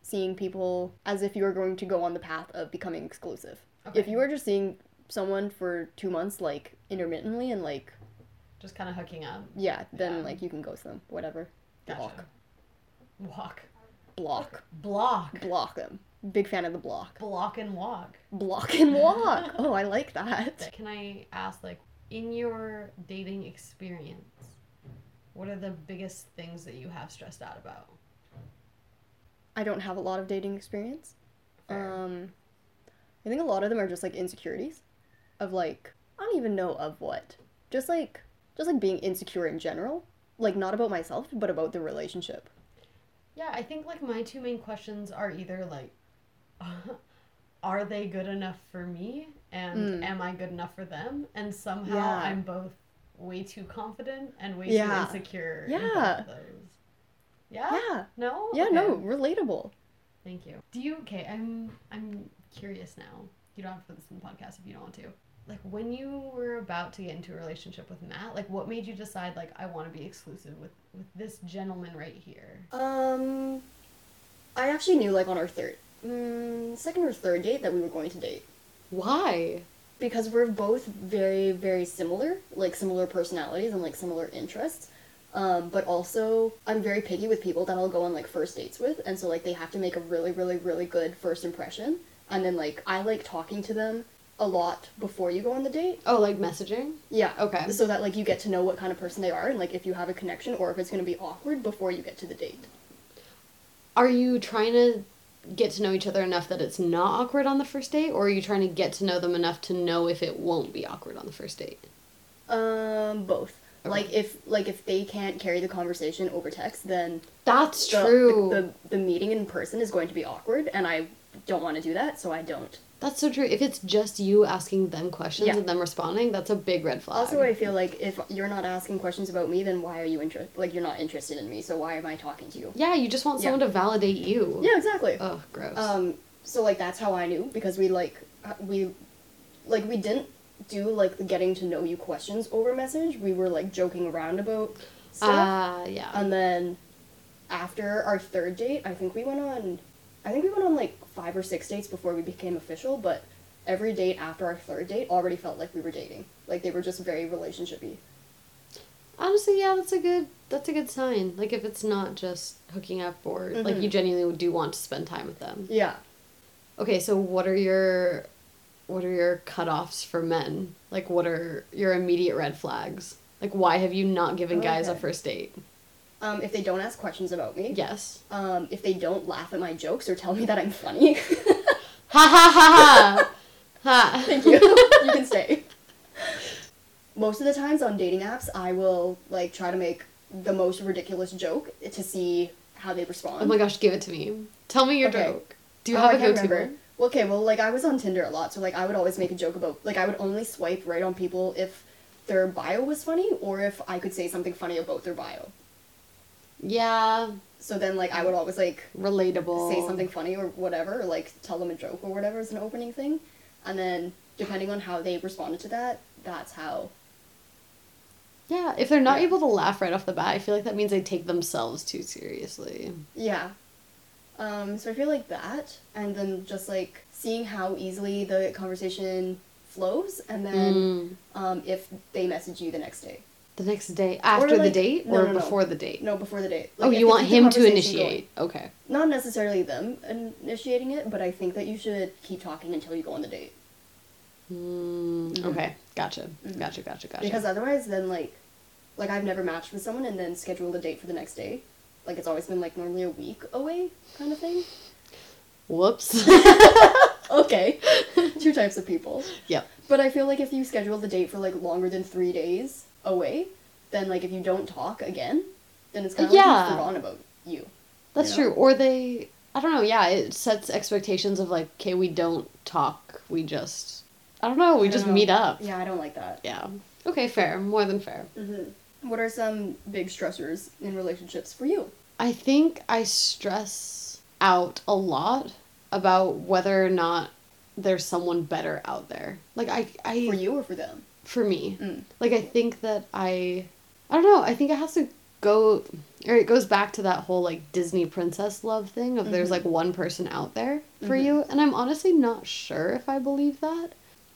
Speaker 1: seeing people as if you are going to go on the path of becoming exclusive. If
Speaker 2: Okay.
Speaker 1: you are just seeing someone for two months like intermittently and like
Speaker 2: just kind of hooking up.
Speaker 1: yeah, then
Speaker 2: Yeah.
Speaker 1: like you can ghost them, whatever. Block,
Speaker 2: Gotcha. Walk.
Speaker 1: block,
Speaker 2: Block.
Speaker 1: block them. Big fan of the block,
Speaker 2: Block and walk.
Speaker 1: block and walk. oh, I like that.
Speaker 2: Can I ask, like, in your dating experience, what are the biggest things that you have stressed out about?
Speaker 1: I don't have a lot of dating experience.
Speaker 2: Fair.
Speaker 1: Um, I think a lot of them are just like insecurities, of like I don't even know of what, just like just like being insecure in general, like not about myself but about the relationship.
Speaker 2: yeah, I think like my two main questions are either like, are they good enough for me, and
Speaker 1: Mm.
Speaker 2: am I good enough for them? And somehow
Speaker 1: Yeah.
Speaker 2: I'm both way too confident and way
Speaker 1: Yeah.
Speaker 2: too insecure. in
Speaker 1: Yeah.
Speaker 2: both of those. Yeah.
Speaker 1: Yeah,
Speaker 2: No.
Speaker 1: yeah,
Speaker 2: Okay.
Speaker 1: no, relatable.
Speaker 2: Thank you. Do you okay, I'm I'm curious now. You don't have to put this in the podcast if you don't want to. Like when you were about to get into a relationship with Matt, like what made you decide like I want to be exclusive with with this gentleman right here?
Speaker 1: Um, I actually knew like on our third, mm, second or third date that we were going to date
Speaker 2: Why?
Speaker 1: because we're both very very similar, like similar personalities and like similar interests. Um, but also, I'm very picky with people that I'll go on like first dates with, and so like they have to make a really really really good first impression, and then like I like talking to them a lot before you go on the date.
Speaker 2: Oh, like messaging?
Speaker 1: Yeah.
Speaker 2: Okay.
Speaker 1: So that like you get to know what kind of person they are, and like if you have a connection or if it's gonna be awkward before you get to the date.
Speaker 2: Are you trying to get to know each other enough that it's not awkward on the first date or are you trying to get to know them enough to know if it won't be awkward on the first date?
Speaker 1: Um, both.
Speaker 2: Okay.
Speaker 1: Like if like if they can't carry the conversation over text, then
Speaker 2: That's
Speaker 1: the,
Speaker 2: true.
Speaker 1: The, the meeting in person is going to be awkward, and I don't want to do that, so I don't.
Speaker 2: That's so true. If it's just you asking them questions
Speaker 1: Yeah.
Speaker 2: and them responding, that's a big red flag.
Speaker 1: Also, I feel like if you're not asking questions about me, then why are you interested? Like, you're not interested in me, so why am I talking to you?
Speaker 2: yeah, you just want
Speaker 1: Yeah.
Speaker 2: someone to validate you.
Speaker 1: Yeah, exactly.
Speaker 2: Oh, gross.
Speaker 1: Um, so like that's how I knew because we like uh, we, like we didn't do like the getting to know you questions over message. We were like joking around about stuff,
Speaker 2: Ah, yeah.
Speaker 1: and then after our third date, I think we went on, I think we went on like five or six dates before we became official. But every date after our third date already felt like we were dating. Like they were just very relationshipy.
Speaker 2: Honestly, yeah, that's a good that's a good sign. Like if it's not just hooking up or like you genuinely do want to spend time with them.
Speaker 1: Mm-hmm. Yeah.
Speaker 2: Okay, so what are your what are your cutoffs for men? Like what are your immediate red flags? Like why have you not given guys a
Speaker 1: Oh, Okay.
Speaker 2: first date?
Speaker 1: Um, if they don't ask questions about me.
Speaker 2: Yes.
Speaker 1: Um, if they don't laugh at my jokes or tell me that I'm funny.
Speaker 2: Ha ha ha ha. ha.
Speaker 1: Thank you. you can stay. Most of the times on dating apps, I will like try to make the most ridiculous joke to see how they respond.
Speaker 2: Oh my gosh, give it to me. Tell me your
Speaker 1: Okay.
Speaker 2: joke. Do you
Speaker 1: Oh,
Speaker 2: have
Speaker 1: I
Speaker 2: a
Speaker 1: can't
Speaker 2: go-to?
Speaker 1: remember.
Speaker 2: one?
Speaker 1: Well, okay, well, like I was on Tinder a lot, so like I would always make a joke about like I would only swipe right on people if their bio was funny or if I could say something funny about their bio.
Speaker 2: Yeah,
Speaker 1: So then like I would always like
Speaker 2: relatable.
Speaker 1: say something funny or whatever, or like tell them a joke or whatever as an opening thing. And then depending on how they responded to that, that's how
Speaker 2: Yeah, if they're not
Speaker 1: Yeah.
Speaker 2: able to laugh right off the bat, I feel like that means they take themselves too seriously.
Speaker 1: Yeah. Um, so I feel like that, and then just like seeing how easily the conversation flows, and then
Speaker 2: Mm.
Speaker 1: um, if they message you the next day.
Speaker 2: The next day after the
Speaker 1: like-
Speaker 2: date
Speaker 1: no,
Speaker 2: or
Speaker 1: no, no.
Speaker 2: before the date?
Speaker 1: No, before the date.
Speaker 2: oh,
Speaker 1: Like, I
Speaker 2: you
Speaker 1: think
Speaker 2: want
Speaker 1: keep the
Speaker 2: him to
Speaker 1: conversation going.
Speaker 2: initiate. Okay.
Speaker 1: Not necessarily them initiating it, but I think that you should keep talking until you go on the date.
Speaker 2: Mm, Okay. Gotcha. Gotcha. Gotcha. Gotcha.
Speaker 1: Because otherwise, then like, like I've never matched with someone and then scheduled a date for the next day. Like it's always been like normally a week away kind of thing.
Speaker 2: Whoops.
Speaker 1: Okay, two types of people.
Speaker 2: yep.
Speaker 1: But I feel like if you schedule the date for like longer than three days away, then like if you don't talk again, then it's kind of like
Speaker 2: Yeah.
Speaker 1: you've forgotten about you.
Speaker 2: That's
Speaker 1: You know?
Speaker 2: true. Or they, I don't know. Yeah, it sets expectations of like, okay, we don't talk. We just, I don't know. We
Speaker 1: I
Speaker 2: just
Speaker 1: don't know.
Speaker 2: meet up.
Speaker 1: Yeah, I don't like that.
Speaker 2: Yeah. Okay. Fair. More than fair.
Speaker 1: What are some big stressors in relationships for you?
Speaker 2: I think I stress out a lot about whether or not there's someone better out there. Like I, I
Speaker 1: For you or for them?
Speaker 2: for me.
Speaker 1: Mm.
Speaker 2: Like I think that I I don't know, I think it has to go or it goes back to that whole like Disney princess love thing of there's like
Speaker 1: Mm-hmm.
Speaker 2: one person out there for you and I'm honestly not sure if I believe that.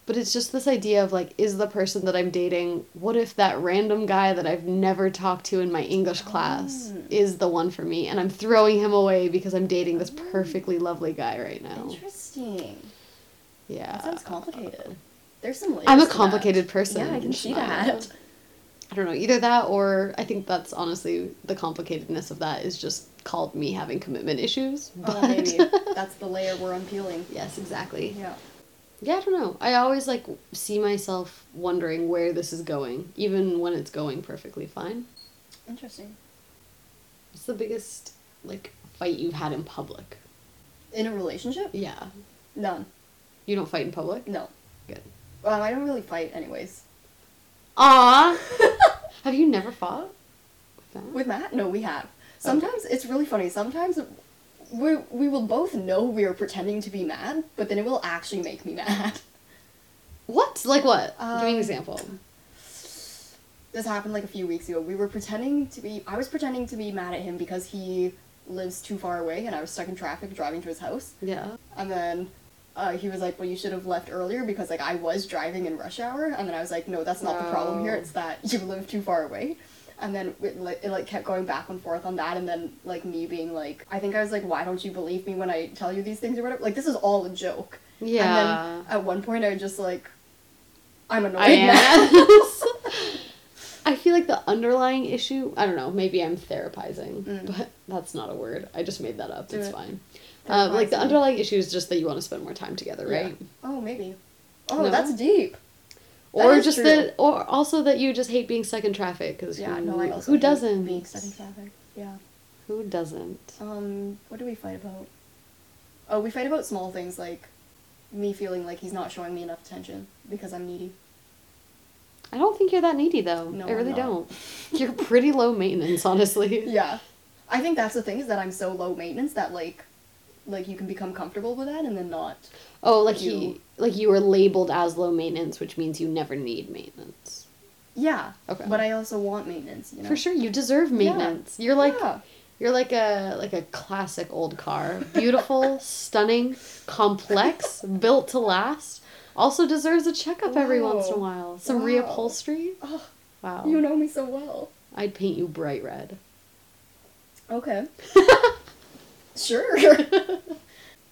Speaker 2: But it's just this idea of like is the person that I'm dating what if that random guy that I've never talked to in my English class
Speaker 1: Oh.
Speaker 2: is the one for me and I'm throwing him away because I'm dating this perfectly lovely guy right now.
Speaker 1: Oh. Interesting.
Speaker 2: Yeah.
Speaker 1: That sounds complicated. There's some. layers
Speaker 2: Uh, I'm a
Speaker 1: to that.
Speaker 2: complicated person.
Speaker 1: Yeah, I can see
Speaker 2: Shania.
Speaker 1: that.
Speaker 2: I don't know, either that or I think that's honestly the complicatedness of that is just called me having commitment issues. But
Speaker 1: Oh, maybe that's the layer we're unpeeling.
Speaker 2: yes, exactly. Yeah.
Speaker 1: Yeah.
Speaker 2: I don't know. I always like see myself wondering where this is going, even when it's going perfectly fine.
Speaker 1: Interesting.
Speaker 2: What's the biggest like fight you've had in public?
Speaker 1: In a relationship?
Speaker 2: Yeah.
Speaker 1: None.
Speaker 2: You don't fight in public?
Speaker 1: No.
Speaker 2: Good.
Speaker 1: Um, I don't really fight, anyways.
Speaker 2: Aw Have you never fought? No?
Speaker 1: With Matt? No, we
Speaker 2: Oh.
Speaker 1: have. Sometimes it's really funny. Sometimes we we will both know we are pretending to be mad, but then it will actually make me mad.
Speaker 2: What? Like what? Give me
Speaker 1: Um,
Speaker 2: an example.
Speaker 1: This happened like a few weeks ago. We were pretending to be I was pretending to be mad at him because he lives too far away and I was stuck in traffic driving to his house.
Speaker 2: Yeah.
Speaker 1: And then uh, he was like, "Well, you should have left earlier because like I was driving in rush hour." And then I was like, "No, that's not the problem here.
Speaker 2: No.
Speaker 1: It's that you live too far away." And then it, li- it like kept going back and forth on that. And then like me being like, I think I was like, "Why don't you believe me when I tell you these things or whatever?" Like this is all a joke.
Speaker 2: Yeah.
Speaker 1: And then at one point, I just like, I'm annoyed.
Speaker 2: I
Speaker 1: now.
Speaker 2: am. I feel like the underlying issue, I don't know, maybe I'm therapizing, but that's not a word. I just made that up. It's
Speaker 1: Mm. it.
Speaker 2: fine. Uh, like the
Speaker 1: Therapizing.
Speaker 2: underlying issue is just that you want to spend more time together,
Speaker 1: Yeah.
Speaker 2: right?
Speaker 1: Oh, maybe. Oh,
Speaker 2: No.
Speaker 1: that's deep. That
Speaker 2: Or
Speaker 1: is
Speaker 2: just
Speaker 1: true.
Speaker 2: that, or also that you just hate being stuck in traffic because
Speaker 1: Yeah.
Speaker 2: who,
Speaker 1: No, I also
Speaker 2: who
Speaker 1: hate
Speaker 2: doesn't?
Speaker 1: being stuck in traffic. Yeah.
Speaker 2: Who doesn't?
Speaker 1: Um, what do we fight about? Oh, we fight about small things like me feeling like he's not showing me enough attention because I'm needy.
Speaker 2: I don't think you're that needy though.
Speaker 1: No,
Speaker 2: I really
Speaker 1: I'm not.
Speaker 2: don't. You're pretty low maintenance, honestly.
Speaker 1: Yeah. I think that's the thing is that I'm so low maintenance that like like you can become comfortable with that and then not.
Speaker 2: Oh, like
Speaker 1: You-
Speaker 2: he like you were labeled as low maintenance, which means you never need maintenance.
Speaker 1: Yeah.
Speaker 2: Okay.
Speaker 1: But I also want maintenance, you know.
Speaker 2: For sure, you deserve maintenance. You're like
Speaker 1: Yeah.
Speaker 2: you're like a like a classic old car. Beautiful, stunning, complex, built to last. Also deserves a checkup every once in a
Speaker 1: Wow.
Speaker 2: while. Some
Speaker 1: Wow.
Speaker 2: reupholstery.
Speaker 1: Oh,
Speaker 2: Wow.
Speaker 1: you know me so well.
Speaker 2: I'd paint you bright red.
Speaker 1: Okay. sure.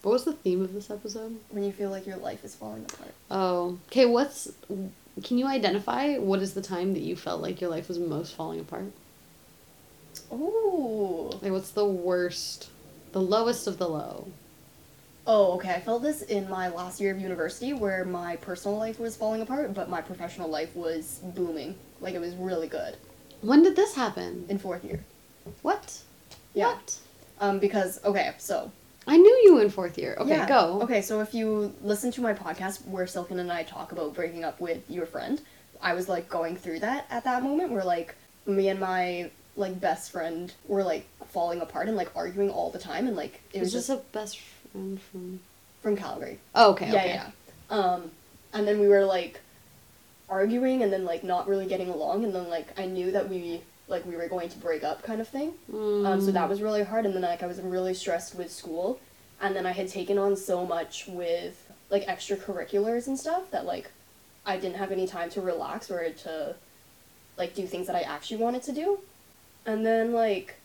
Speaker 2: What was the theme of this episode?
Speaker 1: when you feel like your life is falling apart.
Speaker 2: Oh, okay. What's can you identify what is the time that you felt like your life was most falling apart?
Speaker 1: Oh.
Speaker 2: Like, what's the worst, the lowest of the low?
Speaker 1: Oh, okay. I felt this in my last year of university where my personal life was falling apart, but my professional life was booming. Like it was really good
Speaker 2: When did this happen?
Speaker 1: in fourth year.
Speaker 2: What?
Speaker 1: Yeah.
Speaker 2: What?
Speaker 1: Um, because okay, so
Speaker 2: I knew you in fourth year. Okay,
Speaker 1: Yeah.
Speaker 2: go.
Speaker 1: Okay, so if you listen to my podcast where Silken and I talk about breaking up with your friend, I was like going through that at that moment where like me and my like best friend were like falling apart and like arguing all the time and like it was
Speaker 2: Is
Speaker 1: just
Speaker 2: this a best friend from?
Speaker 1: from Calgary.
Speaker 2: Oh, okay.
Speaker 1: yeah,
Speaker 2: okay.
Speaker 1: yeah. Um, and then we were like arguing and then like not really getting along and then like I knew that we like we were going to break up kind of thing. Um, so that was really hard, and then like I was really stressed with school, and then I had taken on so much with like extracurriculars and stuff that like I didn't have any time to relax or to like do things that I actually wanted to do, and then like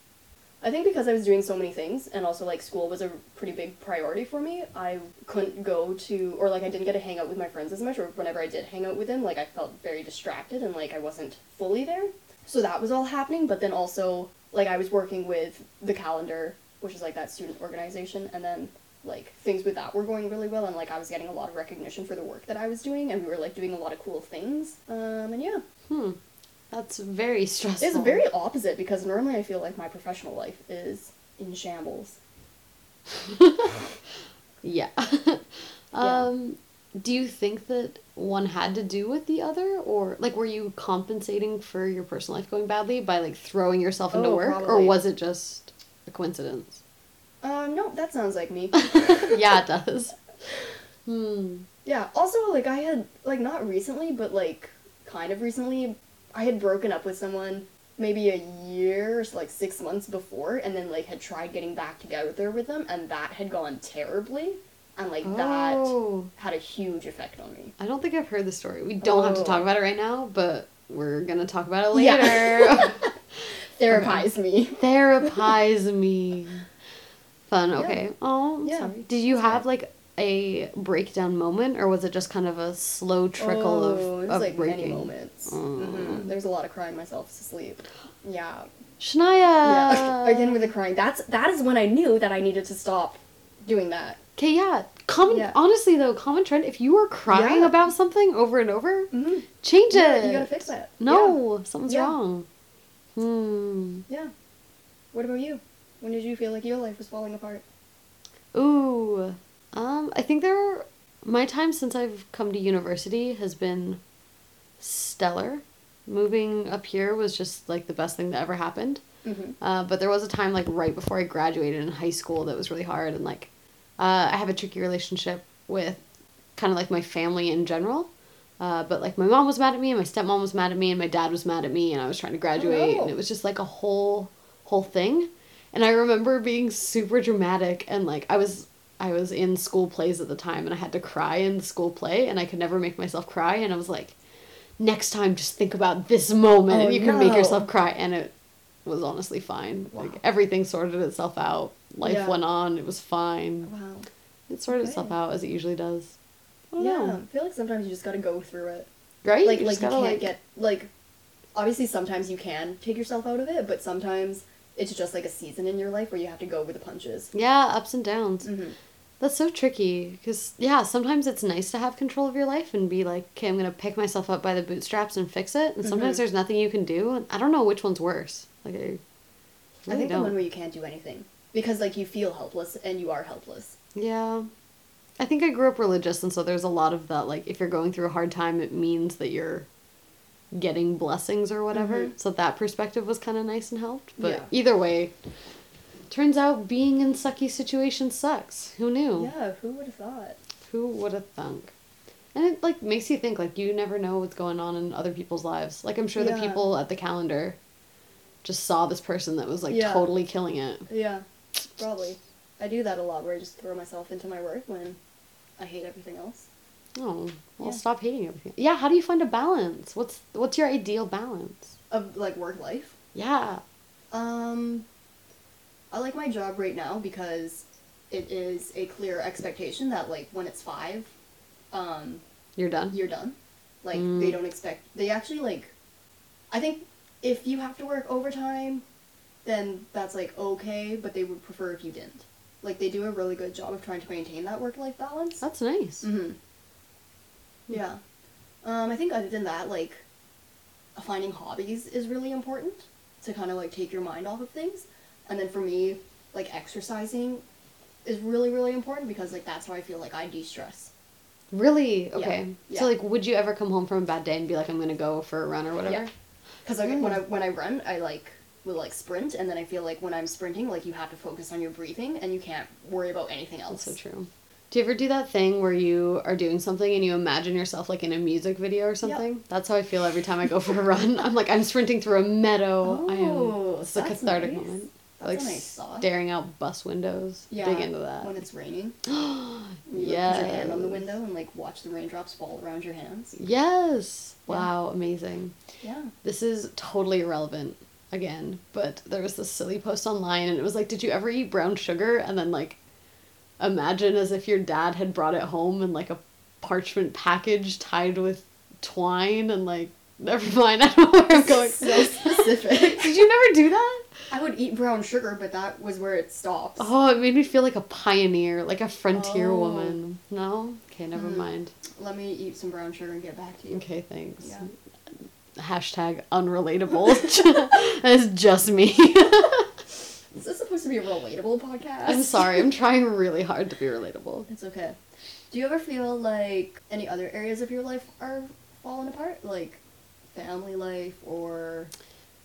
Speaker 1: I think because I was doing so many things, and also like school was a pretty big priority for me, I couldn't go to or like I didn't get to hang out with my friends as much, or whenever I did hang out with them, like I felt very distracted and like I wasn't fully there. So that was all happening, but then also like I was working with the calendar, which is like that student organization, and then like things with that were going really well, and like I was getting a lot of recognition for the work that I was doing, and we were like doing a lot of cool things. Um, and yeah,
Speaker 2: Hmm. That's very stressful.
Speaker 1: it's very opposite because normally I feel like my professional life is in shambles.
Speaker 2: Yeah. um, do you think that one had to do with the other, or like were you compensating for your personal life going badly by like throwing yourself into
Speaker 1: Oh,
Speaker 2: work, or
Speaker 1: probably.
Speaker 2: was it just a coincidence?
Speaker 1: Um, no, that sounds like me.
Speaker 2: yeah, it does. Hmm.
Speaker 1: yeah. Also, like I had like not recently, but like kind of recently, I had broken up with someone maybe a year or so, like six months before, and then like had tried getting back together with them, and that had gone terribly, and like that
Speaker 2: Oh,
Speaker 1: had a huge effect on me.
Speaker 2: I don't think I've heard the story. We don't have to
Speaker 1: Oh.
Speaker 2: talk about it right now, but we're gonna talk about it
Speaker 1: Yeah.
Speaker 2: later.
Speaker 1: Therapize me.
Speaker 2: Therapize me. Fun. Okay. Oh, I'm
Speaker 1: Yeah.
Speaker 2: sorry. Did you
Speaker 1: It's
Speaker 2: have like a breakdown moment, or was it just kind of a slow trickle
Speaker 1: Oh,
Speaker 2: of
Speaker 1: it was
Speaker 2: of
Speaker 1: like
Speaker 2: breaking?
Speaker 1: many moments.
Speaker 2: Oh.
Speaker 1: Mhm. There was a lot of crying myself to sleep. Yeah.
Speaker 2: Shania. Uh.
Speaker 1: yeah. Again with the crying. That's that is when I knew that I needed to stop doing that.
Speaker 2: Okay. Yeah. Common.
Speaker 1: Yeah.
Speaker 2: Honestly, though, common trend. If you are crying
Speaker 1: Yeah.
Speaker 2: about something over and over,
Speaker 1: Mm-hmm.
Speaker 2: change
Speaker 1: Yeah,
Speaker 2: it.
Speaker 1: you gotta fix that.
Speaker 2: No, something's
Speaker 1: Yeah.
Speaker 2: wrong. Hmm.
Speaker 1: Yeah. yeah. What about you? When did you feel like your life was falling apart?
Speaker 2: Ooh. Um, I think there are, my time since I've come to university has been stellar. Moving up here was just like the best thing that ever happened.
Speaker 1: Mm-hmm.
Speaker 2: Uh, but there was a time like right before I graduated in high school that was really hard and like uh, I have a tricky relationship with kind of like my family in general. Uh, but like my mom was mad at me and my stepmom was mad at me and my dad was mad at me and I was trying to
Speaker 1: Oh,
Speaker 2: graduate and it was just like a whole whole thing. And I remember being super dramatic and like I was I was in school plays at the time and I had to cry in the school play and I could never make myself cry and I was like next time just think about this moment
Speaker 1: Oh,
Speaker 2: and you can make
Speaker 1: no.
Speaker 2: yourself cry and it was honestly fine. Like everything sorted itself out. Life
Speaker 1: Yeah.
Speaker 2: went on. It was fine.
Speaker 1: Wow.
Speaker 2: It sorted
Speaker 1: Okay.
Speaker 2: itself out as it usually does. I don't
Speaker 1: Yeah.
Speaker 2: know.
Speaker 1: I feel like sometimes you just gotta go through it.
Speaker 2: Right?
Speaker 1: Like
Speaker 2: You
Speaker 1: like
Speaker 2: just
Speaker 1: you
Speaker 2: gotta,
Speaker 1: can't get like obviously sometimes you can take yourself out of it, but sometimes it's just like a season in your life where you have to go with the punches.
Speaker 2: Yeah, ups and downs.
Speaker 1: Mm-hmm.
Speaker 2: That's so tricky because yeah, sometimes it's nice to have control of your life and be like, okay, I'm gonna pick myself up by the bootstraps and fix it. And sometimes
Speaker 1: Mhm.
Speaker 2: there's nothing you can do. And I don't know which one's worse. Like I, really
Speaker 1: I think the
Speaker 2: don't.
Speaker 1: one where you can't do anything because like you feel helpless and you are helpless.
Speaker 2: yeah, I think I grew up religious, and so there's a lot of that. Like, if you're going through a hard time, it means that you're getting blessings or whatever. So that perspective was kind of nice and helped. But
Speaker 1: Mm-hmm. Yeah.
Speaker 2: either way, turns out being in sucky situations sucks. Who knew?
Speaker 1: Yeah, who would have thought?
Speaker 2: Who would have thunk? And it like makes you think. Like, you never know what's going on in other people's lives. Like, I'm sure
Speaker 1: Yeah.
Speaker 2: the people at the calendar just saw this person that was like
Speaker 1: Yeah.
Speaker 2: totally killing it.
Speaker 1: Yeah, probably. I do that a lot where I just throw myself into my work when I hate everything else.
Speaker 2: Oh, well,
Speaker 1: Yeah.
Speaker 2: stop hating everything. Yeah, how do you find a balance? What's what's your ideal balance?
Speaker 1: Of like work life.
Speaker 2: Yeah.
Speaker 1: Um, I like my job right now because it is a clear expectation that like when it's five, um,
Speaker 2: You're done.
Speaker 1: you're done. Like
Speaker 2: Mm.
Speaker 1: they don't expect. They actually like. I think if you have to work overtime, then that's like okay, but they would prefer if you didn't. Like they do a really good job of trying to maintain that work-life balance.
Speaker 2: That's nice.
Speaker 1: hmm Yeah. Um, I think other than that, like, finding hobbies is really important to kind of like take your mind off of things. And then for me, like exercising is really really important because like that's how I feel like I de-stress.
Speaker 2: Mm-hmm. Really? Okay.
Speaker 1: yeah.
Speaker 2: So like would you ever come home from a bad day and be like I'm going to go for a run or whatever?
Speaker 1: Yeah. Because like when I
Speaker 2: Mm.
Speaker 1: when I run, I like will like sprint, and then I feel like when I'm sprinting, like you have to focus on your breathing and you can't worry about anything else.
Speaker 2: That's so true. Do you ever do that thing where you are doing something and you imagine yourself like in a music video or something? That's how I feel every time I go for a run. I'm like I'm sprinting through a meadow. I
Speaker 1: Oh,
Speaker 2: am it's a
Speaker 1: that's
Speaker 2: cathartic
Speaker 1: nice.
Speaker 2: moment. I
Speaker 1: That's
Speaker 2: like
Speaker 1: a nice thought.
Speaker 2: staring out bus windows.
Speaker 1: Yeah.
Speaker 2: Dig into that.
Speaker 1: When it's raining, you like,
Speaker 2: yeah.
Speaker 1: put your hand on the window and like watch the raindrops fall around your hands.
Speaker 2: Yes. Wow, amazing.
Speaker 1: Yeah.
Speaker 2: This is totally irrelevant again, but there was this silly post online and it was like, Did you ever eat brown sugar? And then like imagine as if your dad had brought it home in like a parchment package tied with twine and like never mind, I don't know where I'm going.
Speaker 1: So specific.
Speaker 2: Did you never do that?
Speaker 1: I would eat brown sugar, but that was where it stops.
Speaker 2: Oh, it made me feel like a pioneer, like a frontier
Speaker 1: Oh. Hmm.
Speaker 2: woman. No? Okay, never mind.
Speaker 1: Let me eat some brown sugar and get back to you.
Speaker 2: Okay, thanks.
Speaker 1: Yeah.
Speaker 2: Hashtag unrelatable. That's just me.
Speaker 1: Is this supposed to be a relatable podcast?
Speaker 2: I'm sorry. I'm trying really hard to be relatable.
Speaker 1: It's okay. Do you ever feel like any other areas of your life are falling apart? Like family life, or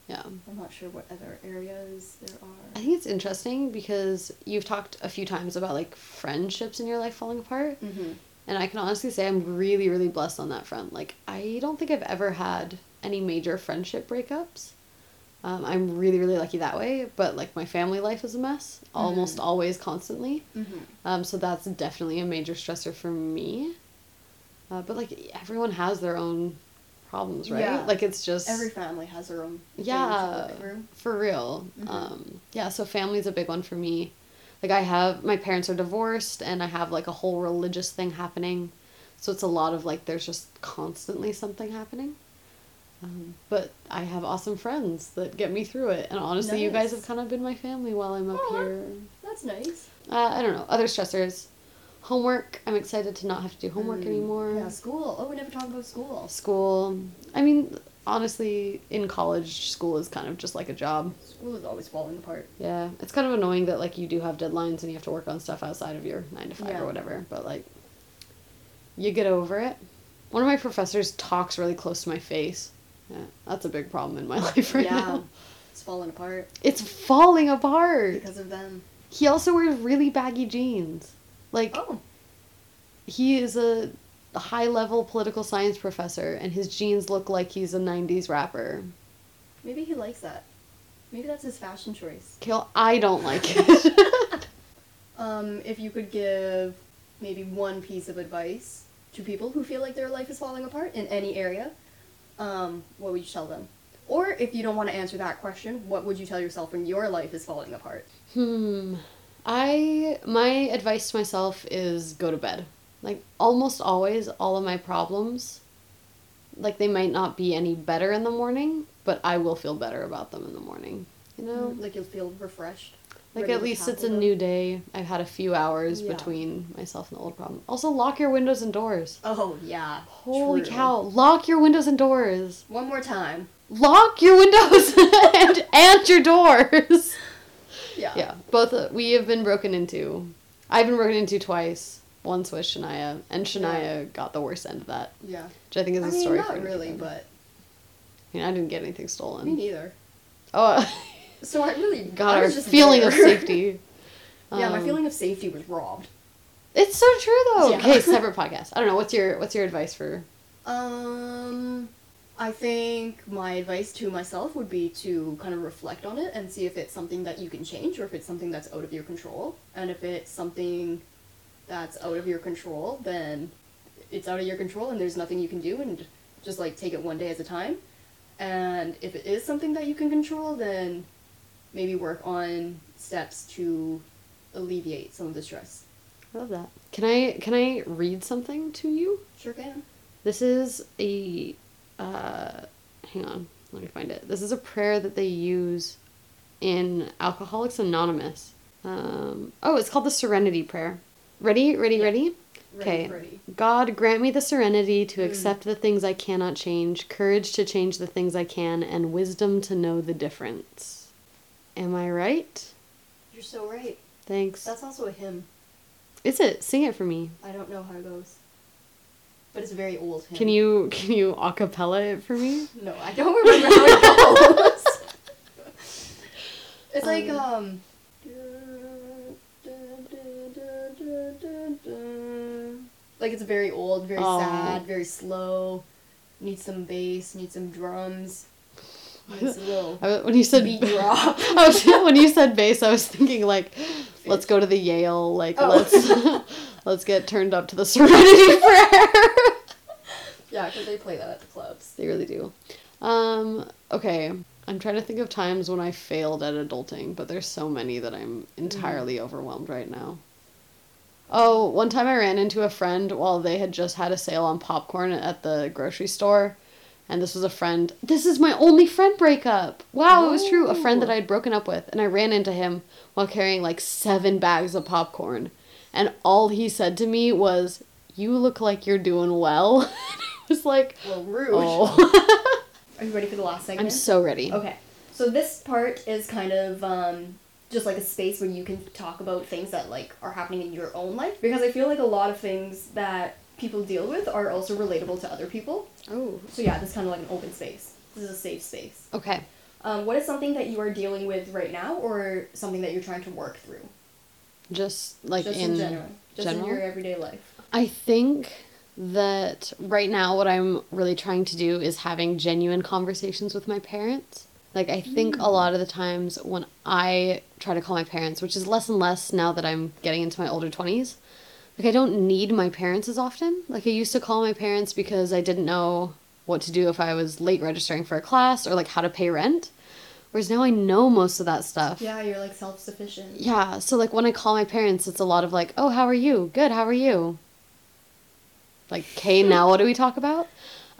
Speaker 2: Yeah.
Speaker 1: I'm not sure what other areas there
Speaker 2: I
Speaker 1: are.
Speaker 2: think it's interesting because you've talked a few times about like friendships in your life falling apart.
Speaker 1: Mm-hmm.
Speaker 2: And I can honestly say I'm really, really blessed on that front. Like, I don't think I've ever had any major friendship breakups. Um, I'm really, really lucky that way. But like, my family life is a mess almost always, constantly.
Speaker 1: Mm-hmm.
Speaker 2: Um, so that's definitely a major stressor for me. Uh, but like everyone has their own problems, right?
Speaker 1: Yeah.
Speaker 2: Like it's just
Speaker 1: Every family has their own. thing to
Speaker 2: yeah,
Speaker 1: work through.
Speaker 2: for real.
Speaker 1: Mm-hmm.
Speaker 2: Um, yeah, so family's a big one for me. Like I have my parents are divorced, and I have like a whole religious thing happening, so it's a lot of like there's just constantly something happening. Um, but I have awesome friends that get me through it, and honestly, you guys
Speaker 1: Nice. Uh-huh.
Speaker 2: have kind of been my family while I'm up
Speaker 1: Aw.
Speaker 2: here.
Speaker 1: That's nice.
Speaker 2: Uh, I don't know. Other stressors. Homework. I'm excited to not have to do homework
Speaker 1: Mm,
Speaker 2: anymore.
Speaker 1: Yeah, school. Oh, we never talk about school.
Speaker 2: School. I mean, honestly, in college, school is kind of just like a job.
Speaker 1: School is always falling apart.
Speaker 2: Yeah. It's kind of annoying that, like, you do have deadlines and you have to work on stuff outside of your nine to five
Speaker 1: Yeah.
Speaker 2: or whatever, but, like, you get over it. One of my professors talks really close to my face. Yeah, that's a big problem in my life right
Speaker 1: yeah,
Speaker 2: now.
Speaker 1: it's falling apart
Speaker 2: It's falling apart.
Speaker 1: because of them.
Speaker 2: He also wears really baggy jeans. Like,
Speaker 1: Oh,
Speaker 2: he is a high level political science professor and his jeans look like he's a 90s rapper
Speaker 1: Maybe he likes that. Maybe that's his fashion choice.
Speaker 2: kill i don't like it
Speaker 1: Um, if you could give maybe one piece of advice to people who feel like their life is falling apart in any area, um, what would you tell them? Or if you don't want to answer that question, what would you tell yourself when your life is falling apart?
Speaker 2: hmm i my advice to myself is go to bed like almost always all of my problems like they might not be any better in the morning but i will feel better about them in the morning you know
Speaker 1: Like you'll feel refreshed.
Speaker 2: Like
Speaker 1: Mm. ready
Speaker 2: at
Speaker 1: to
Speaker 2: least it's a
Speaker 1: tackle them.
Speaker 2: new day. I've had a few hours
Speaker 1: Yeah.
Speaker 2: between myself and the old problem. Also, lock your windows and doors.
Speaker 1: Oh yeah.
Speaker 2: Holy
Speaker 1: true.
Speaker 2: cow! Lock your windows and doors.
Speaker 1: One more time.
Speaker 2: Lock your windows and and your doors.
Speaker 1: Yeah.
Speaker 2: Yeah, both uh, we have been broken into. I've been broken into twice. one was Shania, and Shania got the worst end of that,
Speaker 1: Yeah.
Speaker 2: which I think is
Speaker 1: I
Speaker 2: a
Speaker 1: mean,
Speaker 2: story. for Um,
Speaker 1: not
Speaker 2: another
Speaker 1: really,
Speaker 2: time.
Speaker 1: but
Speaker 2: I mean, I didn't get anything
Speaker 1: me
Speaker 2: stolen.
Speaker 1: neither.
Speaker 2: Oh,
Speaker 1: So I really
Speaker 2: God,
Speaker 1: I
Speaker 2: our
Speaker 1: was just
Speaker 2: feeling of
Speaker 1: there.
Speaker 2: safety.
Speaker 1: yeah, my
Speaker 2: Um,
Speaker 1: feeling of safety was robbed.
Speaker 2: It's so true though.
Speaker 1: Yeah.
Speaker 2: Okay, separate podcast. I don't know. What's your What's your advice for?
Speaker 1: Um, I think my advice to myself would be to kind of reflect on it and see if it's something that you can change or if it's something that's out of your control. And if it's something that's out of your control, then it's out of your control and there's nothing you can do and just like take it one day at a time. And if it is something that you can control, then maybe work on steps to alleviate some of the stress.
Speaker 2: I love that. Can I Can I read something to you?
Speaker 1: Sure can.
Speaker 2: This is a. Uh, hang on. Let me find it. This is a prayer that they use in Alcoholics Anonymous. Um, oh, it's called the Serenity Prayer. Ready? Ready? Ready?
Speaker 1: Ready,
Speaker 2: Okay.
Speaker 1: ready.
Speaker 2: God, grant me the serenity to accept the things I cannot change, courage to change the things I can, and wisdom to know the difference. Am I right?
Speaker 1: You're so right.
Speaker 2: Thanks.
Speaker 1: That's also a hymn.
Speaker 2: Is it? Sing it for me.
Speaker 1: I don't know how it goes. But it's a very old hymn.
Speaker 2: Can you can you acapella it for me?
Speaker 1: No, I don't remember how it goes. it's like um um, like it's very old, very
Speaker 2: Oh.
Speaker 1: sad, very slow. Need some bass, need some drums. Needs a little
Speaker 2: I, Uh, when you said
Speaker 1: beat drop.
Speaker 2: I was, when you said bass, I was thinking like, let's go to the Yale, like
Speaker 1: Oh.
Speaker 2: let's let's get turned up to the Serenity Prayer.
Speaker 1: Yeah, because they play that at the clubs.
Speaker 2: they really do. Um, okay, I'm trying to think of times when I failed at adulting, but there's so many that I'm entirely overwhelmed right now. Oh, one time I ran into a friend while they had just had a sale on popcorn at the grocery store. And this was a friend. This is my only friend breakup. Wow, it was true. A friend that I had broken up with. And I ran into him while carrying like seven bags of popcorn. And all he said to me was, You look like you're doing well. it was like,
Speaker 1: Well, rude.
Speaker 2: Oh,
Speaker 1: Are you ready for the last segment?
Speaker 2: I'm so ready.
Speaker 1: Okay. So this part is kind of um, just like a space where you can talk about things that like are happening in your own life because I feel like a lot of things that people deal with are also relatable to other people.
Speaker 2: Oh.
Speaker 1: So yeah, this is kind of like an open space. This is a safe space.
Speaker 2: Okay.
Speaker 1: Um, what is something that you are dealing with right now, or something that you're trying to work through?
Speaker 2: Just like
Speaker 1: just
Speaker 2: in,
Speaker 1: in, general, just
Speaker 2: general?
Speaker 1: in your everyday life.
Speaker 2: I think that right now what I'm really trying to do is having genuine conversations with my parents. Like I think
Speaker 1: Mm.
Speaker 2: a lot of the times when I try to call my parents, which is less and less now that I'm getting into my older 20s, like I don't need my parents as often. Like I used to call my parents because I didn't know what to do if I was late registering for a class or like how to pay rent. Whereas now I know most of that stuff.
Speaker 1: Yeah, you're like self sufficient.
Speaker 2: Yeah, so like when I call my parents, it's a lot of like, "Oh, how are you? Good. How are you?" Like, "Okay,
Speaker 1: Hmm.
Speaker 2: now what do we talk about?"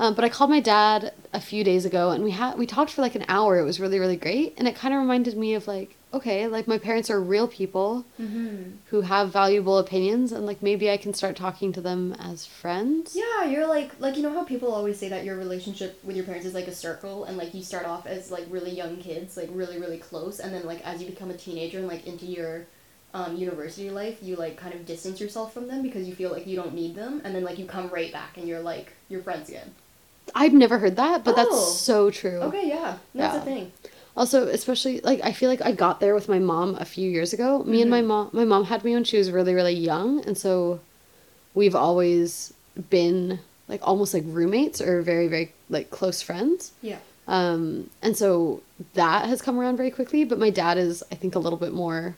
Speaker 2: Um, but I called my dad a few days ago, and we had we talked for like an hour. It was really really great, and it kind of reminded me of like, okay, like my parents are real people
Speaker 1: Mm-hmm.
Speaker 2: who have valuable opinions, and like maybe I can start talking to them as friends.
Speaker 1: Yeah, you're like like you know how people always say that your relationship with your parents is like a circle and like you start off as like really young kids, like really really close and then like as you become a teenager and like into your um, university life, you like kind of distance yourself from them because you feel like you don't need them and then like you come right back and you're like you're friends again.
Speaker 2: I'd never heard that, but
Speaker 1: Oh.
Speaker 2: that's so true.
Speaker 1: Okay, yeah. That's a
Speaker 2: Mm. Yeah.
Speaker 1: thing.
Speaker 2: Also, especially like I feel like I got there with my mom a few years ago. Me and my mom, my mom had me when she was really really young, and so we've always been like almost like roommates or very very like close friends.
Speaker 1: Yeah.
Speaker 2: Um, and so that has come around very quickly. But my dad is, I think, a little bit more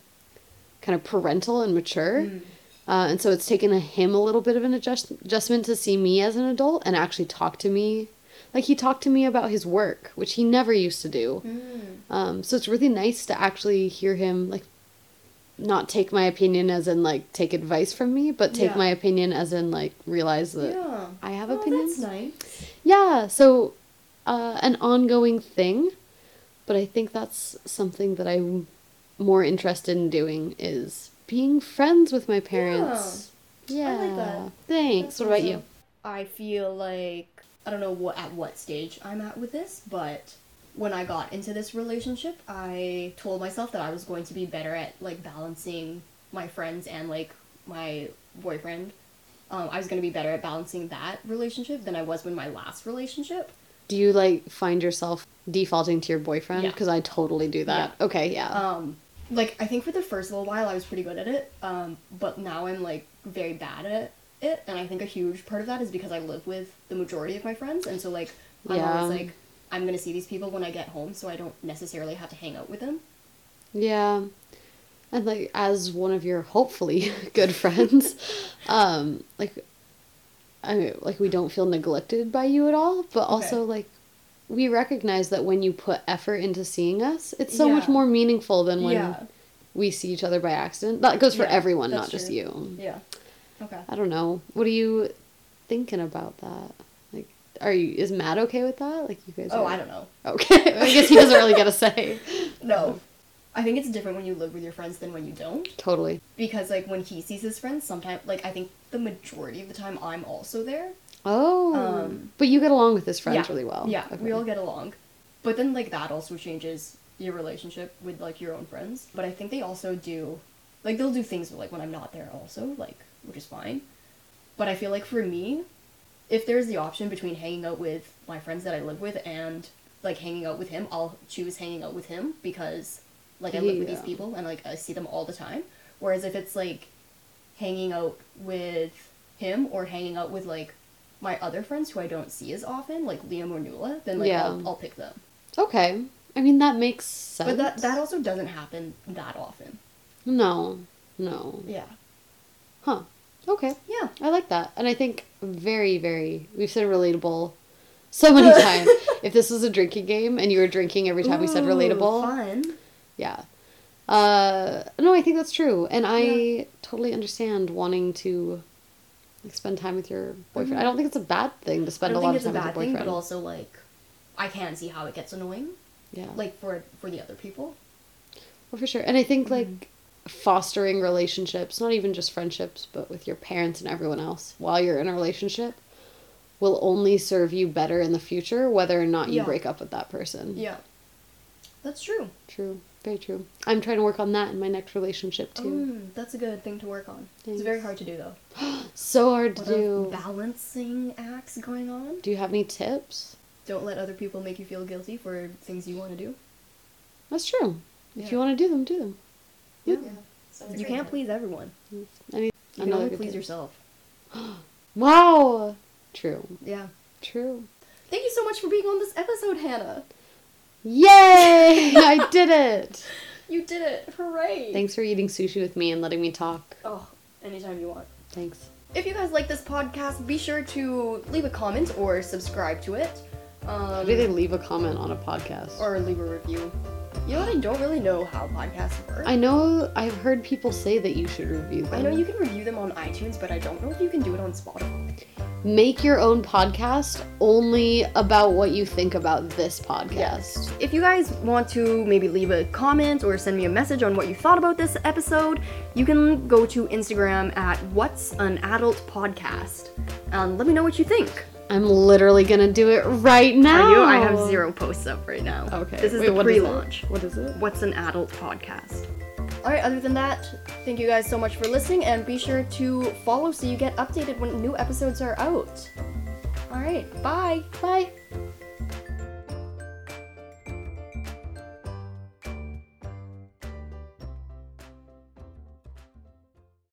Speaker 2: kind of parental and mature.
Speaker 1: Mm.
Speaker 2: Uh, and so it's taken him a little bit of an adjust- adjustment to see me as an adult and actually talk to me. Like he talked to me about his work, which he never used to do.
Speaker 1: Mm.
Speaker 2: Um, so it's really nice to actually hear him like not take my opinion as in like take advice from me, but take
Speaker 1: Yeah.
Speaker 2: my opinion as in like realize that
Speaker 1: Yeah.
Speaker 2: I have
Speaker 1: Oh,
Speaker 2: opinions.
Speaker 1: that's nice.
Speaker 2: Yeah, so uh, an ongoing thing, but I think that's something that I'm more interested in doing is being friends with my parents. Yeah.
Speaker 1: I like that.
Speaker 2: Thanks.
Speaker 1: That's
Speaker 2: what about
Speaker 1: awesome.
Speaker 2: you?
Speaker 1: I feel like I don't know what at what stage I'm at with this, but when I got into this relationship, I told myself that I was going to be better at like balancing my friends and like my boyfriend, um, I was going to be better at balancing that relationship than I was with my last relationship.
Speaker 2: Do you like find yourself defaulting to your boyfriend?
Speaker 1: Yeah.
Speaker 2: Because I totally do that. Okay, yeah.
Speaker 1: Um, like I think for the first little while I was pretty good at it, um, but now I'm like very bad at it, and I think a huge part of that is because I live with the majority of my friends, and so like I'm
Speaker 2: Yeah.
Speaker 1: always like I'm gonna see these people when I get home, so I don't necessarily have to hang out with them.
Speaker 2: Yeah. And like as one of your hopefully good friends, um, like I mean, like we don't feel neglected by you at all, but also like we recognize that when you put effort into seeing us, it's so much
Speaker 1: Yeah.
Speaker 2: more meaningful than when
Speaker 1: Yeah.
Speaker 2: we see each other by accident. That goes for
Speaker 1: Yeah,
Speaker 2: everyone,
Speaker 1: that's
Speaker 2: not just
Speaker 1: true.
Speaker 2: you.
Speaker 1: Yeah. Okay.
Speaker 2: I don't know. What are you thinking about that? Like are you is Matt okay with that? Like you guys
Speaker 1: Oh,
Speaker 2: are-
Speaker 1: I don't know.
Speaker 2: Okay. I guess he doesn't really get a say.
Speaker 1: No. I think it's different when you live with your friends than when you don't.
Speaker 2: Totally.
Speaker 1: Because like when he sees his friends, sometimes like I think the majority of the time I'm also there.
Speaker 2: Oh,
Speaker 1: Um,
Speaker 2: but you get along with his friends
Speaker 1: Yeah.
Speaker 2: really well.
Speaker 1: Yeah, we
Speaker 2: Okay.
Speaker 1: all get along. But then like that also changes your relationship with like your own friends. But I think they also do like they'll do things like when I'm not there also, like which is fine. But I feel like for me, if there's the option between hanging out with my friends that I live with and like hanging out with him, I'll choose hanging out with him because like I live with these
Speaker 2: Yeah.
Speaker 1: people and like I see them all the time. Whereas if it's like hanging out with him or hanging out with like my other friends who I don't see as often, like Liam or Nula, then like
Speaker 2: Yeah.
Speaker 1: I'll, I'll pick them.
Speaker 2: Okay. I mean, that makes sense.
Speaker 1: But that that also doesn't happen that often.
Speaker 2: No. No.
Speaker 1: Yeah.
Speaker 2: Huh. Okay.
Speaker 1: Yeah.
Speaker 2: I like that. And I think very, very, we've said relatable so many times. if this was a drinking game and you were drinking every time we said
Speaker 1: Ooh,
Speaker 2: relatable,
Speaker 1: Fun.
Speaker 2: yeah. Uh, no, I think that's true. And I totally understand wanting to like, spend time with your boyfriend. I don't think it's a bad thing to
Speaker 1: Mm-hmm. I
Speaker 2: spend a
Speaker 1: don't
Speaker 2: lot
Speaker 1: think
Speaker 2: of
Speaker 1: it's a
Speaker 2: time
Speaker 1: bad
Speaker 2: with your
Speaker 1: thing,
Speaker 2: boyfriend.
Speaker 1: but also like I can see how it gets annoying.
Speaker 2: yeah.
Speaker 1: Like for for the other people.
Speaker 2: Well, for sure. And I
Speaker 1: Mm-hmm.
Speaker 2: think like fostering relationships, not even just friendships, but with your parents and everyone else while you're in a relationship will only serve you better in the future whether or not you
Speaker 1: Yeah.
Speaker 2: break up with that person.
Speaker 1: Yeah. That's true.
Speaker 2: True. Very true. I'm trying to work on that in my next relationship too.
Speaker 1: Mm, that's a good thing to work on.
Speaker 2: Thanks.
Speaker 1: It's very hard to do though.
Speaker 2: So hard to
Speaker 1: Oh, What a
Speaker 2: do.
Speaker 1: balancing acts going on.
Speaker 2: Do you have any tips?
Speaker 1: Don't let other people make you feel guilty for things you want to do.
Speaker 2: That's true. If
Speaker 1: Yeah.
Speaker 2: you want to do them, do them.
Speaker 1: Yeah.
Speaker 3: Sounds
Speaker 1: You
Speaker 3: great.
Speaker 1: can't please everyone.
Speaker 2: Any
Speaker 1: You can
Speaker 2: another
Speaker 1: only
Speaker 2: good
Speaker 1: please
Speaker 2: tip.
Speaker 1: yourself.
Speaker 2: Wow. True.
Speaker 1: Yeah.
Speaker 2: True.
Speaker 1: Thank you so much for being on this episode, Hannah.
Speaker 2: Yay! I did it.
Speaker 1: You did it. Hooray.
Speaker 2: Thanks for eating sushi with me and letting me talk.
Speaker 1: Oh, anytime you want.
Speaker 2: Thanks.
Speaker 1: If you guys like this podcast, be sure to leave a comment or subscribe to it. Um,
Speaker 2: Do they leave a comment on a podcast?
Speaker 1: or leave a review. You know what? I don't really know how podcasts work.
Speaker 2: I know I've heard people say that you should review them.
Speaker 1: I know you can review them on iTunes, but I don't know if you can do it on Spotify.
Speaker 2: make your own podcast only about what you think about this podcast.
Speaker 1: If you guys want to maybe leave a comment or send me a message on what you thought about this episode, you can go to Instagram at What's an Adult Podcast. And let me know what you think.
Speaker 2: I'm literally gonna do it right now.
Speaker 1: I do. I have zero posts up right now.
Speaker 2: Okay.
Speaker 1: This is
Speaker 2: Wait,
Speaker 1: the
Speaker 2: what is it?
Speaker 1: pre-launch.
Speaker 2: What is it?
Speaker 1: What's an adult podcast? All right. Other than that, thank you guys so much for listening, and be sure to follow so you get updated when new episodes are out. All right. Bye.
Speaker 2: Bye.